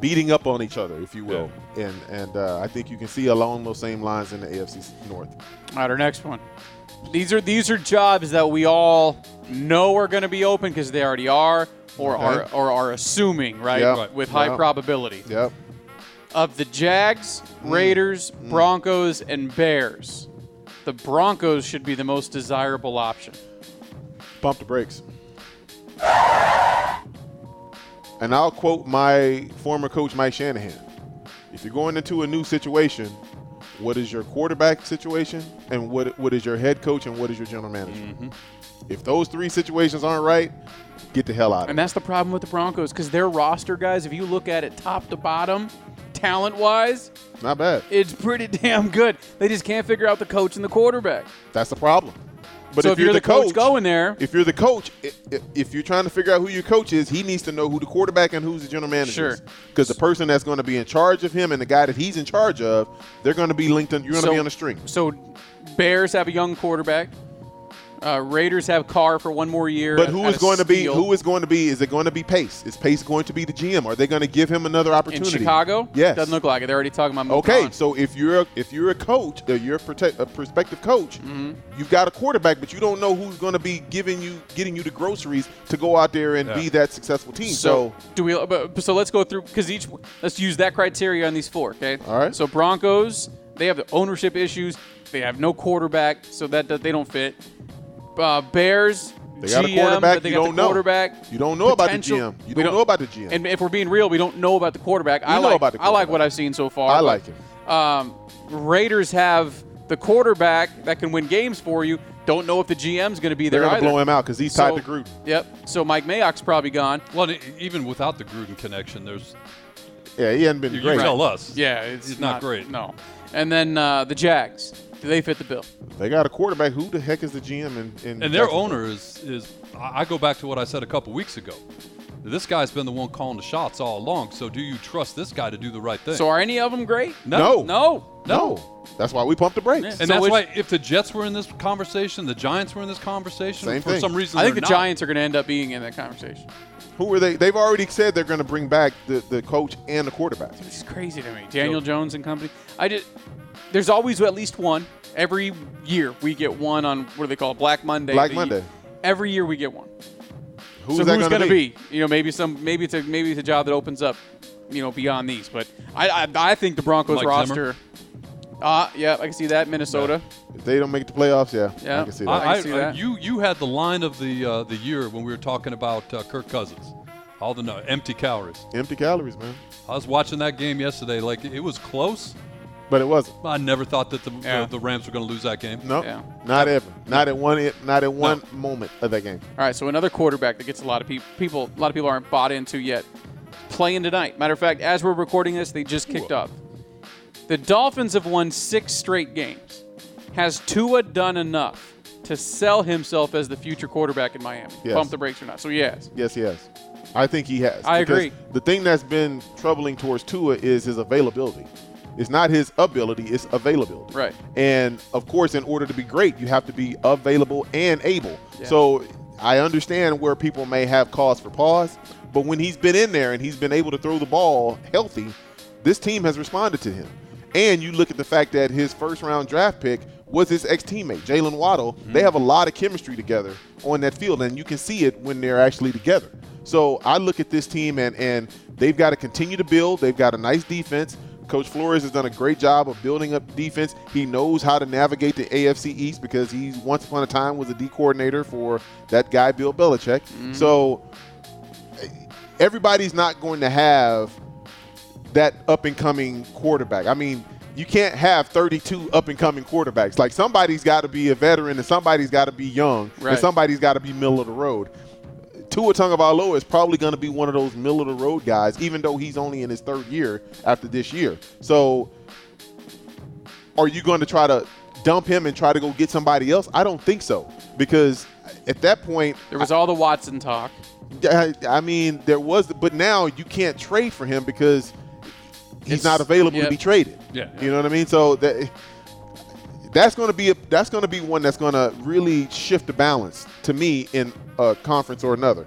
D: beating up on each other, if you will. And, and uh, I think you can see along those same lines in the AFC North.
E: All right, our next one. These are these are jobs that we all know are going to be open because they already are, or
D: Okay.
E: are or are assuming, right?
D: Yeah. Right.
E: With high
D: Yeah.
E: probability
D: Yep.
E: of the Jags, Raiders, Broncos, and Bears. the Broncos should be the most desirable option.
D: Pump the brakes. And I'll quote my former coach, Mike Shanahan. If you're going into a new situation, what is your quarterback situation, and what what is your head coach, and what is your general manager?
E: Mm-hmm.
D: If those three situations aren't right, get the hell out of
E: And
D: it.
E: that's the problem with the Broncos because their roster, guys, if you look at it top to bottom, talent wise,
D: Not bad.
E: it's pretty damn good. They just can't figure out the coach and the quarterback.
D: That's the problem. But
E: so if, you're, the, coach, going there,
D: if you're the coach, i- i- if you're trying to figure out who your coach is, he needs to know who the quarterback and who's the general manager
E: Sure.
D: Because the person that's going to be in charge of him and the guy that he's in charge of, they're going to be linked on. You're going to
E: so,
D: be on a string.
E: So Bears have a young quarterback. Uh, Raiders have Carr for one more year.
D: But
E: at-
D: who
E: at
D: is
E: a
D: going to be?
E: steal.
D: Who is going to be? Is it going to be Pace? Is Pace going to be the GM? Are they going to give him another
E: in
D: opportunity?
E: Chicago?
D: Yes.
E: doesn't look like it. They're already talking about moving
D: Okay,
E: on.
D: so if you're a, if you're a coach, or you're a, prote- a prospective coach,
E: Mm-hmm.
D: you've got a quarterback, but you don't know who's going to be giving you getting you the groceries to go out there and be that successful team.
E: So
D: So,
E: do we? but- So let's go through because each. Let's use that criteria on these four. Okay.
D: All right.
E: So Broncos, they have the ownership issues. They have no quarterback, so that, that they don't fit. Uh, Bears.
D: They got a
E: GM,
D: quarterback,
E: but they
D: you
E: got
D: don't
E: the
D: know.
E: quarterback.
D: You don't know about the
E: Potential-
D: GM. You
E: we
D: don't know about the GM.
E: And if we're being real, we don't know about the quarterback. I
D: know
E: like.
D: about the
E: I like
D: quarterback.
E: what I've seen so far.
D: I
E: but,
D: like him.
E: Um, Raiders have the quarterback that can win games for you. Don't know if the GM's going to be
D: They're
E: there.
D: gonna
E: either.
D: blow him out 'cause he's tied to Gruden.
E: Yep. So Mike Mayock's probably gone.
C: Well, e- even without the Gruden connection, there's
D: yeah, he hasn't been
C: you, you
D: great.
C: tell us.
E: Yeah, it's
C: He's not great.
E: No. And then uh, the Jags. Do they fit the bill?
D: They got a quarterback. Who the heck is the GM? And in,
C: And their
D: Jacksonville?
C: owner is is I I go back to what I said a couple weeks ago. This guy's been the one calling the shots all along. So do you trust this guy to do the right thing?
E: So are any of them great?
D: No.
E: No.
D: No. That's why we pumped the brakes.
E: Yeah.
C: And
E: So
C: that's
E: which-
C: why if the Jets were in this conversation, the Giants were in this conversation,
D: Same
C: for
D: thing.
C: some reason
E: I think
C: they're
E: the
C: not.
E: Giants are going to end up being in that conversation,
D: Who are they? They've already said they're going to bring back the, the coach and the quarterback.
E: which is crazy to me. Daniel Jones and company. I just there's always at least one every year. We get one on what do they call it? Black Monday?
D: Black
E: The-
D: Monday.
E: Every year we get one.
D: Who's
E: so
D: that
E: who's
D: going to
E: be? You know, maybe some, maybe it's a maybe it's a job that opens up, you know, beyond these. But I, I, I think the Broncos
C: Mike Zimmer?
E: roster. Uh, yeah, I can see that Minnesota.
D: If they don't make the playoffs, yeah,
E: Yeah.
D: I can see that.
E: I-
C: I, I,
E: see that.
C: you you had the line of the uh, the year when we were talking about uh, Kirk Cousins, all the no, empty calories.
D: Empty calories, man.
C: I was watching that game yesterday. Like it was close.
D: But it wasn't.
C: I never thought that the
E: Yeah.
C: the, the Rams were going to lose that game.
D: No,
E: Yeah.
D: not ever. Not at one. Not at one moment of that game.
E: All right, so another quarterback that gets a lot of people, people, a lot of people aren't bought into yet. Playing tonight. Matter of fact, as we're recording this, they just kicked off. The Dolphins have won six straight games. Has Tua done enough to sell himself as the future quarterback in Miami?
D: Yes.
E: Bump the brakes or not? So yes.
D: Yes, he has. I think he has.
E: I
D: Because
E: agree.
D: The thing that's been troubling towards Tua is his availability. It's not his ability, it's availability.
E: Right.
D: And of course, in order to be great, you have to be available and able.
E: Yeah.
D: So I understand where people may have cause for pause, but when he's been in there and he's been able to throw the ball healthy, this team has responded to him. And you look at the fact that his first round draft pick was his ex teammate, Jalen Waddle. They have a lot of chemistry together on that field, and you can see it when they're actually together. So I look at this team, and, and they've got to continue to build. They've got a nice defense. Coach Flores has done a great job of building up defense. He knows how to navigate the AFC East because he once upon a time was a D coordinator for that guy Bill Belichick. So eh, everybody's not going to have that up and coming quarterback. I mean, you can't have 32 up and coming quarterbacks. Like somebody's got to be a veteran and somebody's got to be young
E: Right.
D: and somebody's got to be middle of the road. Tua Tagovailoa is probably going to be one of those middle of the road guys, even though he's only in his third year after this year. So, are you going to try to dump him and try to go get somebody else? I don't think so, because at that point,
E: There was all the Watson talk.
D: I, I mean, there was, but now you can't trade for him because he's
E: It's-
D: not available
E: yeah.
D: to be traded.
C: Yeah.
D: you know what I mean. So that that's going to be a, that's going to be one that's going to really shift the balance to me in a conference or another.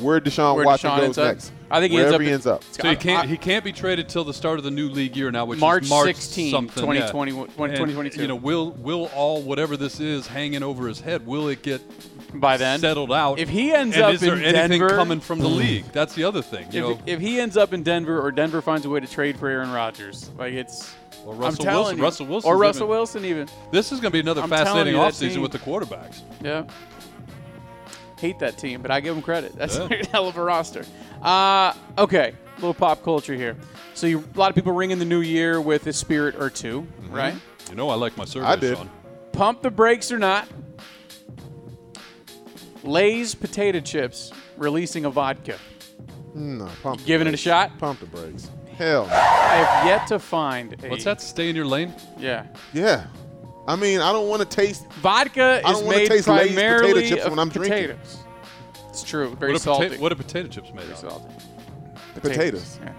D: Where Deshaun
E: Where
D: Watson
E: Deshaun
D: goes
E: ends up.
D: next,
E: I think he ends
D: wherever
E: up
D: he
E: in-
D: ends up.
C: So he can't
E: I-
C: he can't be traded till the start of the new league year now, which
E: March
C: is March
E: 16,
C: something,
E: 2020
C: yeah.
E: twen-
C: And,
E: 2022.
C: You know, will will all whatever this is hanging over his head, will it get
E: By then,
C: settled out?
E: If he ends
C: and
E: up
C: is there
E: in
C: anything
E: Denver- Mm.
C: coming from the league? That's the other thing. You know,
E: If, if he ends up in Denver or Denver finds a way to trade for Aaron Rodgers, like it's
C: Or
E: I'm
C: Russell
E: telling
C: Wilson.
E: you.
C: Russell Wilson.
E: Or Russell Wilson even.
C: This is going to be another
E: I'm telling
C: fascinating
E: you, that
C: offseason
E: team-
C: with the quarterbacks.
E: Yeah. Hate that team, but I give them credit. That's
C: Yeah.
E: a hell of a roster. Uh, okay, a little pop culture here. So you, a lot of people ring in the new year with a spirit or 2
C: Mm-hmm.
E: right?
C: You know, I like my survey,
D: I did.
C: Sean.
E: Pump the brakes or not. Lay's potato chips releasing a vodka.
D: No, pump the
E: Giving it a
D: brakes.
E: shot?
D: Pump the brakes. Hell, no.
E: I have yet to find a
C: What's that? Stay in your lane.
E: Yeah.
D: yeah. I mean, I don't want to taste.
E: Vodka
D: I
E: is
D: don't wanna
E: made
D: taste Lay's potato
E: primarily
D: chips
E: of
D: when I'm drinking.
E: potatoes. It's true. Very
C: What are,
E: salty.
C: pota- what are potato chips made
E: Very
C: of?
E: salty.
D: Potatoes.
E: Yeah.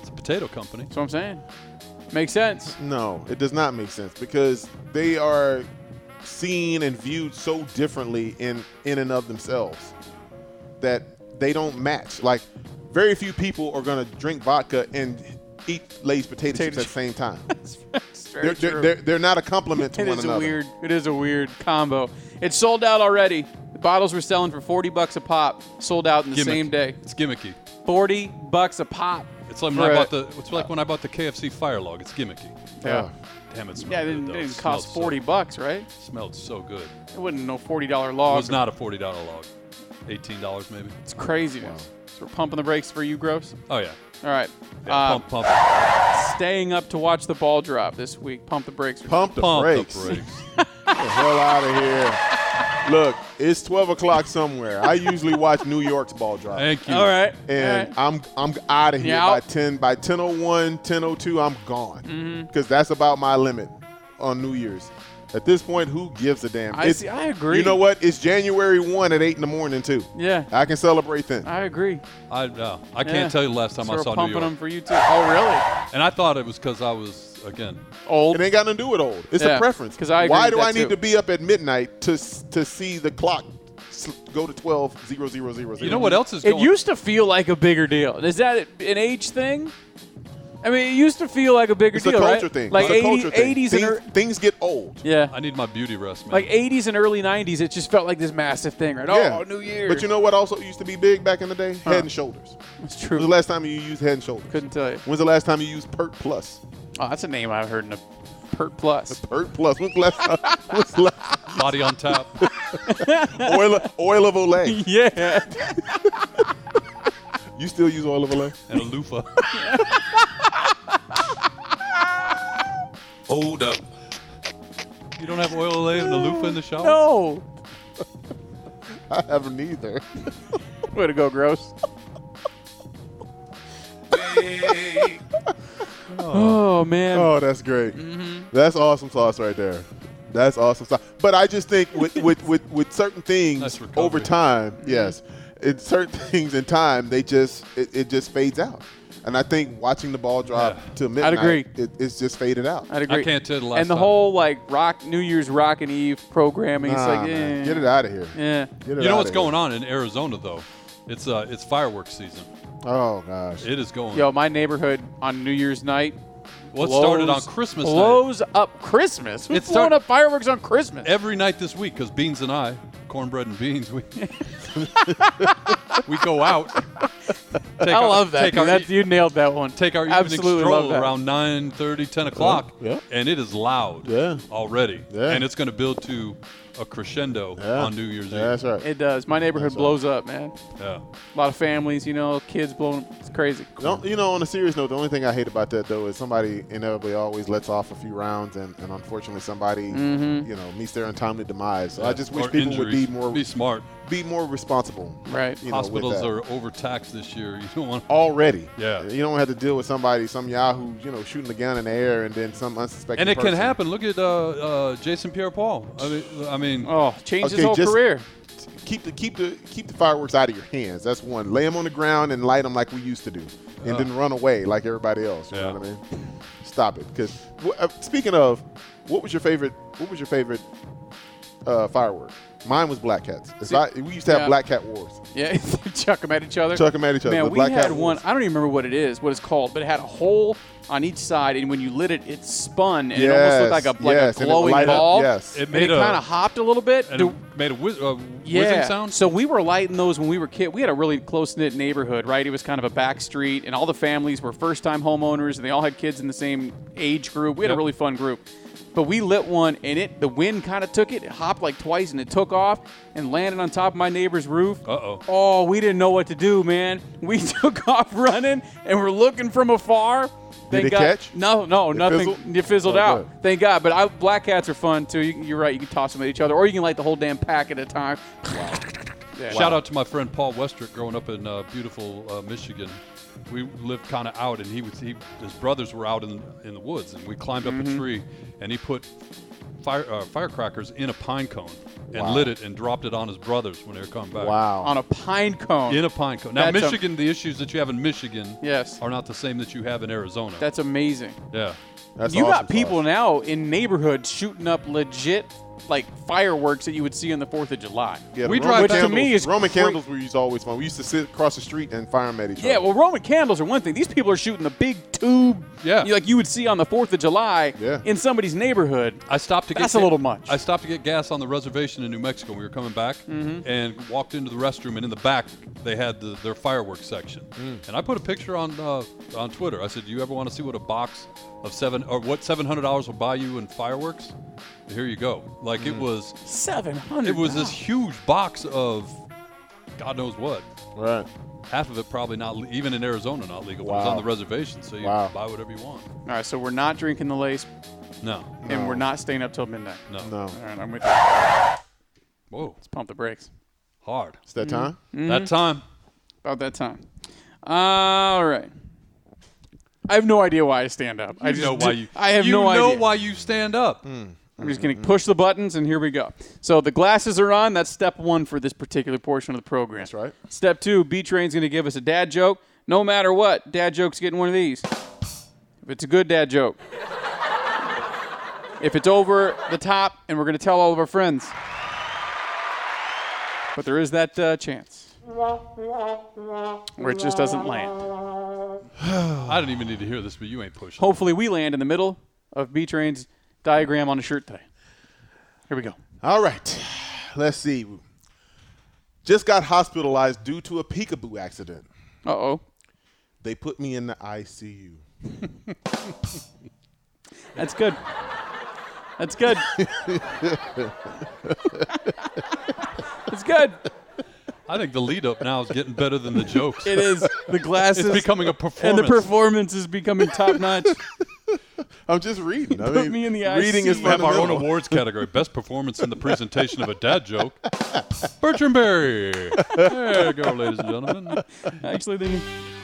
C: It's a potato company.
E: That's what I'm saying. Makes sense.
D: No, it does not make sense because they are seen and viewed so differently in in and of themselves that they don't match. Like, very few people are gonna drink vodka and eat Lay's potato, chips
E: Potato
D: at the same time.
E: It's very
D: they're,
E: true.
D: they're, they're, they're not a compliment to
E: It
D: one
E: is a
D: another.
E: weird. It is a weird combo. It's sold out already. The bottles were selling for 40 bucks a pop. Sold out in the
C: Gimmick.
E: same day.
C: It's gimmicky.
E: 40 bucks a pop.
C: It's like
E: for
C: when I
E: a-
C: bought the. It's like when I bought the KFC Fire Log. It's gimmicky.
E: Yeah.
C: Damn, it smelled
E: Yeah, it
C: good,
E: didn't,
C: though.
E: it didn't cost
C: smelled
E: 40 bucks, right?
C: So, smelled so good.
E: It wasn't no $40 log.
C: It was not a forty dollar log. Eighteen dollars maybe.
E: It's craziness. So we're pumping the brakes for you, Gross.
C: Oh yeah.
E: All right.
C: Yeah,
E: Uh,
C: pump, pump,
E: Staying up to watch the ball drop this week. Pump the brakes.
D: Pump the
C: pump
D: brakes.
C: the brakes.
D: Get the hell out of here. Look, it's 12 o'clock somewhere. I usually watch New York's ball drop.
C: Thank you.
E: All right.
D: and
E: All right.
D: I'm I'm out of here
E: Yeah.
D: by 10 by 1001 1002 I'm gone
E: Mm-hmm.
D: because that's about my limit on New Year's at this point who gives a damn
E: I see- I agree.
D: you know what it's January 1 at 8 in the morning too
E: Yeah.
D: I can celebrate then
E: I agree.
C: I no, I can't
E: Yeah.
C: tell you the last time
E: So
C: I
E: we're
C: saw New
E: pumping
C: York.
E: them for you too. Oh, really?
C: And I thought it was because I was again.
E: Old.
D: it ain't got nothing to do with old it's
E: Yeah,
D: a preference
E: 'cause I agree
D: why
E: with
D: do
E: that
D: I need
E: too.
D: to be up at midnight to s- to see the clock s- go to 12 0 0 0
C: You know what else is
E: It
C: going?
E: used to feel like a bigger deal. Is that an age thing? I mean, it used to feel like a bigger
D: it's
E: deal,
D: a culture
E: right?
D: thing
E: Like
D: it's a
E: 80
D: culture thing
E: 80s
D: things,
E: and ear-
D: things get old
E: yeah,
C: I need my beauty rest, man.
E: like 80s and early 90s. It just felt like this massive thing, right?
D: yeah
E: Oh, New Year.
D: but you know what also used to be big back in the day
E: Huh.
D: head and shoulders
E: it's
D: When's
E: true.
D: the last time you used Head and Shoulders?
E: Couldn't tell you.
D: When's the last time you used Pert Plus?
E: Oh, that's a name I've heard in a Pert Plus.
D: Pert Plus. When's the last time? When's the last,
C: Body on top.
D: oil, oil of Olay.
E: Yeah,
D: You still use oil of Olay?
C: and a loofah.
A: Hold up.
C: You don't have oil Olay and a loofah in the shower?
E: no.
D: I haven't either.
E: Way to go, gross. oh man.
D: Oh, that's great. That's awesome sauce right there. That's awesome sauce. But I just think with with with, with certain
C: Nice
D: things
C: recovery.
D: over time, yes, it, certain things in time they just it, it just fades out. And I think watching the ball drop
C: Yeah.
D: to midnight,
E: agree.
D: It, it's just faded out.
E: I'd agree.
C: can't tell the last
E: And the
C: time.
E: whole like rock New Year's Rock and Eve programming.
D: Nah,
E: it's like,
D: Ah, man.
E: eh,
D: Get it out of here.
E: Yeah.
D: Get it
C: You know
D: outta
C: what's
D: here.
C: going on in Arizona though? It's uh, it's fireworks season.
D: Oh gosh.
C: It is going.
E: Yo, my neighborhood on New Year's night.
C: what
E: blows-
C: started on Christmas night?
E: Blows up Christmas. Who's
C: It
E: blowing
C: start-
E: up fireworks on Christmas?
C: Every night this week, because Beans and I, cornbread and beans, we we go out. Take
E: I love that.
C: Take
E: dude.
C: our, e-
E: That's, you nailed that one.
C: take our
E: Absolutely
C: evening
E: love
C: stroll
E: that.
C: around 9 10 o'clock
D: yeah.
C: and it is loud
D: Yeah.
C: already
D: Yeah.
C: and it's going to build to a crescendo
D: Yeah.
C: on new year's
D: Yeah, that's
C: eve
D: right.
E: It does. My neighborhood
D: That's
E: blows up, man.
C: yeah.
E: A lot of families, you know, kids blowing. It's crazy.
D: Don't, you know, on a serious note, the only thing I hate about that though is somebody inevitably always lets off a few rounds, and, and unfortunately, somebody you know meets their untimely demise. So I just wish
C: Or
D: people
C: injuries.
D: would be more
C: be smart
D: be more responsible.
E: Right.
D: You know, with
C: hospitals
D: that.
C: are overtaxed this year you don't want
D: already.
C: Yeah.
D: You don't have to deal with somebody, some yahoo, you know, shooting a gun in the air, and then some unsuspecting.
C: and it can
D: person.
C: happen look at uh, uh, jason pierre-paul i mean, I mean
D: Uh,
E: Oh, changed his
D: Okay,
E: whole
D: just-
E: career.
D: Keep the keep the keep the fireworks out of your hands. That's one. Lay them on the ground and light them like we used to do, and then run away like everybody else. You
C: Yeah.
D: know what I mean? Stop it. Because uh, speaking of, what was your favorite? What was your favorite uh, firework? Mine was Black Cats. It's not- we used to have
E: yeah.
D: Black Cat Wars.
E: Yeah, chuck them at each other.
D: Chuck 'em at each other, the
E: Man, we
D: Black
E: had
D: Hat
E: one.
D: Wolf.
E: I don't even remember what it is, what it's called, but it had a hole on each side, and when you lit it, it spun and it almost
D: Yes,
E: looked like a like
D: yes,
E: a
D: and it would
E: glowing
D: light up,
E: ball.
D: yes. It
E: and
C: made
E: it
C: a-
E: kind of hopped a little bit.
C: And
E: Do-
C: it made a whiz- uh, whizzing
E: yeah.
C: sound.
E: So we were lighting those when we were kids. We had a really close knit neighborhood, right? It was kind of a back street, and all the families were first time homeowners, and they all had kids in the same age group. We had
C: Yep.
E: a really fun group. But we lit one, and it the wind kind of took it. It hopped like twice, and it took off and landed on top of my neighbor's roof.
C: Uh-oh.
E: Oh, we didn't know what to do, man. We took off running, and we're looking from afar.
D: Did
E: Thank
D: it
E: God-
D: catch?
E: No, no,
D: It
E: nothing.
D: fizzled?
E: It fizzled
D: Oh,
E: out.
D: good.
E: Thank God. But I, black cats are fun too. You, you're right. You can toss them at each other, or you can light the whole damn pack at a time.
C: Shout out to my friend Paul Westrick growing up in uh, beautiful uh, Michigan. We lived kind of out, and he was he, his brothers were out in in the woods, and we climbed up a tree, and he put fire uh, firecrackers in a pine cone and
D: Wow.
C: lit it and dropped it on his brothers when they were coming back.
D: Wow.
E: on a pine cone.
C: In a pine cone. Now,
E: That's a-
C: Michigan, the issues that you have in Michigan
E: Yes.
C: are not the same that you have in Arizona.
E: That's amazing.
C: yeah.
D: That's
E: you
D: awesome
E: got people
D: sauce.
E: now in neighborhoods shooting up legit like fireworks that you would see on the Fourth of July.
D: Yeah, the
C: We
D: Roman
C: drive down-
D: candles,
E: Which to me is
D: Roman
E: great.
D: candles. We used to always fun. We used to sit across the street and fire 'em at each
E: Yeah,
D: other.
E: well, Roman candles are one thing. These people are shooting the big tube,
C: Yeah.
E: you- like you would see on the Fourth of July,
D: Yeah.
E: in somebody's neighborhood.
C: I stopped to get
E: That's a little much.
C: I stopped to get gas on the reservation in New Mexico. We were coming back
E: Mm-hmm.
C: and walked into the restroom, and in the back they had the, their fireworks section.
E: Mm.
C: And I put a picture on uh, on Twitter. I said, "Do you ever want to see what a box of seven or what seven hundred dollars will buy you in fireworks?" Here you go. Like it was,
E: Mm. Seven hundred.
C: it was this huge box of God knows what.
D: Right.
C: Half of it probably not le- even in Arizona not legal. It was
D: Wow.
C: on the reservation, so you
D: Wow.
C: buy whatever you want.
E: All right, so we're not drinking the lace,
C: No,
E: and we're not staying up till midnight.
C: no,
D: No.
E: All right, I'm with you. Let's
C: Whoa,
E: pump the brakes.
C: hard.
D: It's
E: Mm.
D: that time.
E: Mm-hmm.
C: That time.
E: About that time. All right. I have no idea why I stand up. I
C: I
E: just
C: know why you.
E: I have
C: you
E: no
C: know
E: idea.
C: why you stand up.
E: I'm just going to push the buttons, and here we go. So the glasses are on. That's step one for this particular portion of the program. That's
D: right.
E: Step two, B Train's going to give us a dad joke. No matter what, dad joke's getting one of these. If it's a good dad joke. if it's over the top, and we're going to tell all of our friends. But there is that uh, chance where it just doesn't land.
C: I didn't even need to hear this, but you ain't pushing.
E: Hopefully, we land in the middle of B Train's diagram on a shirt today. Here we go.
D: All right. Let's see. Just got hospitalized due to a peekaboo accident.
E: Uh oh.
D: They put me in the ICU.
E: That's good. That's good. That's good.
C: I think the lead up now is getting better than the jokes.
E: It is. The glasses
C: It's becoming a
E: and
C: performance.
E: the performance is becoming top notch.
D: I'm just reading. I
E: Put
D: mean,
E: me in the
D: reading is
E: ICU.
C: we have our own
D: fundamental.
C: awards category: best performance in the presentation of a dad joke. Bertram Berry. There you go, ladies and gentlemen.
E: Actually, they,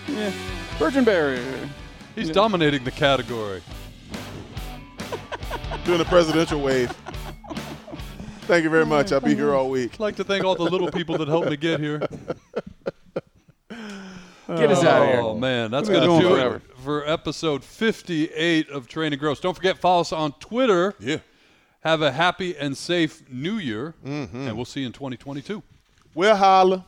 E: yeah. Virgin Barrier.
C: He's dominating the category.
D: doing the presidential wave. Thank you very much. I'll be here all week.
C: I'd like to thank all the little people that helped me get here.
E: Get us out of here.
C: Oh man, that's
E: We're
C: gonna
E: going
C: do
E: forever.
C: it for episode 58 of Train and Gross. Don't forget, follow us on Twitter.
D: Yeah.
C: Have a happy and safe New Year, mm-hmm. and we'll see you in 2022.
D: We'll holla.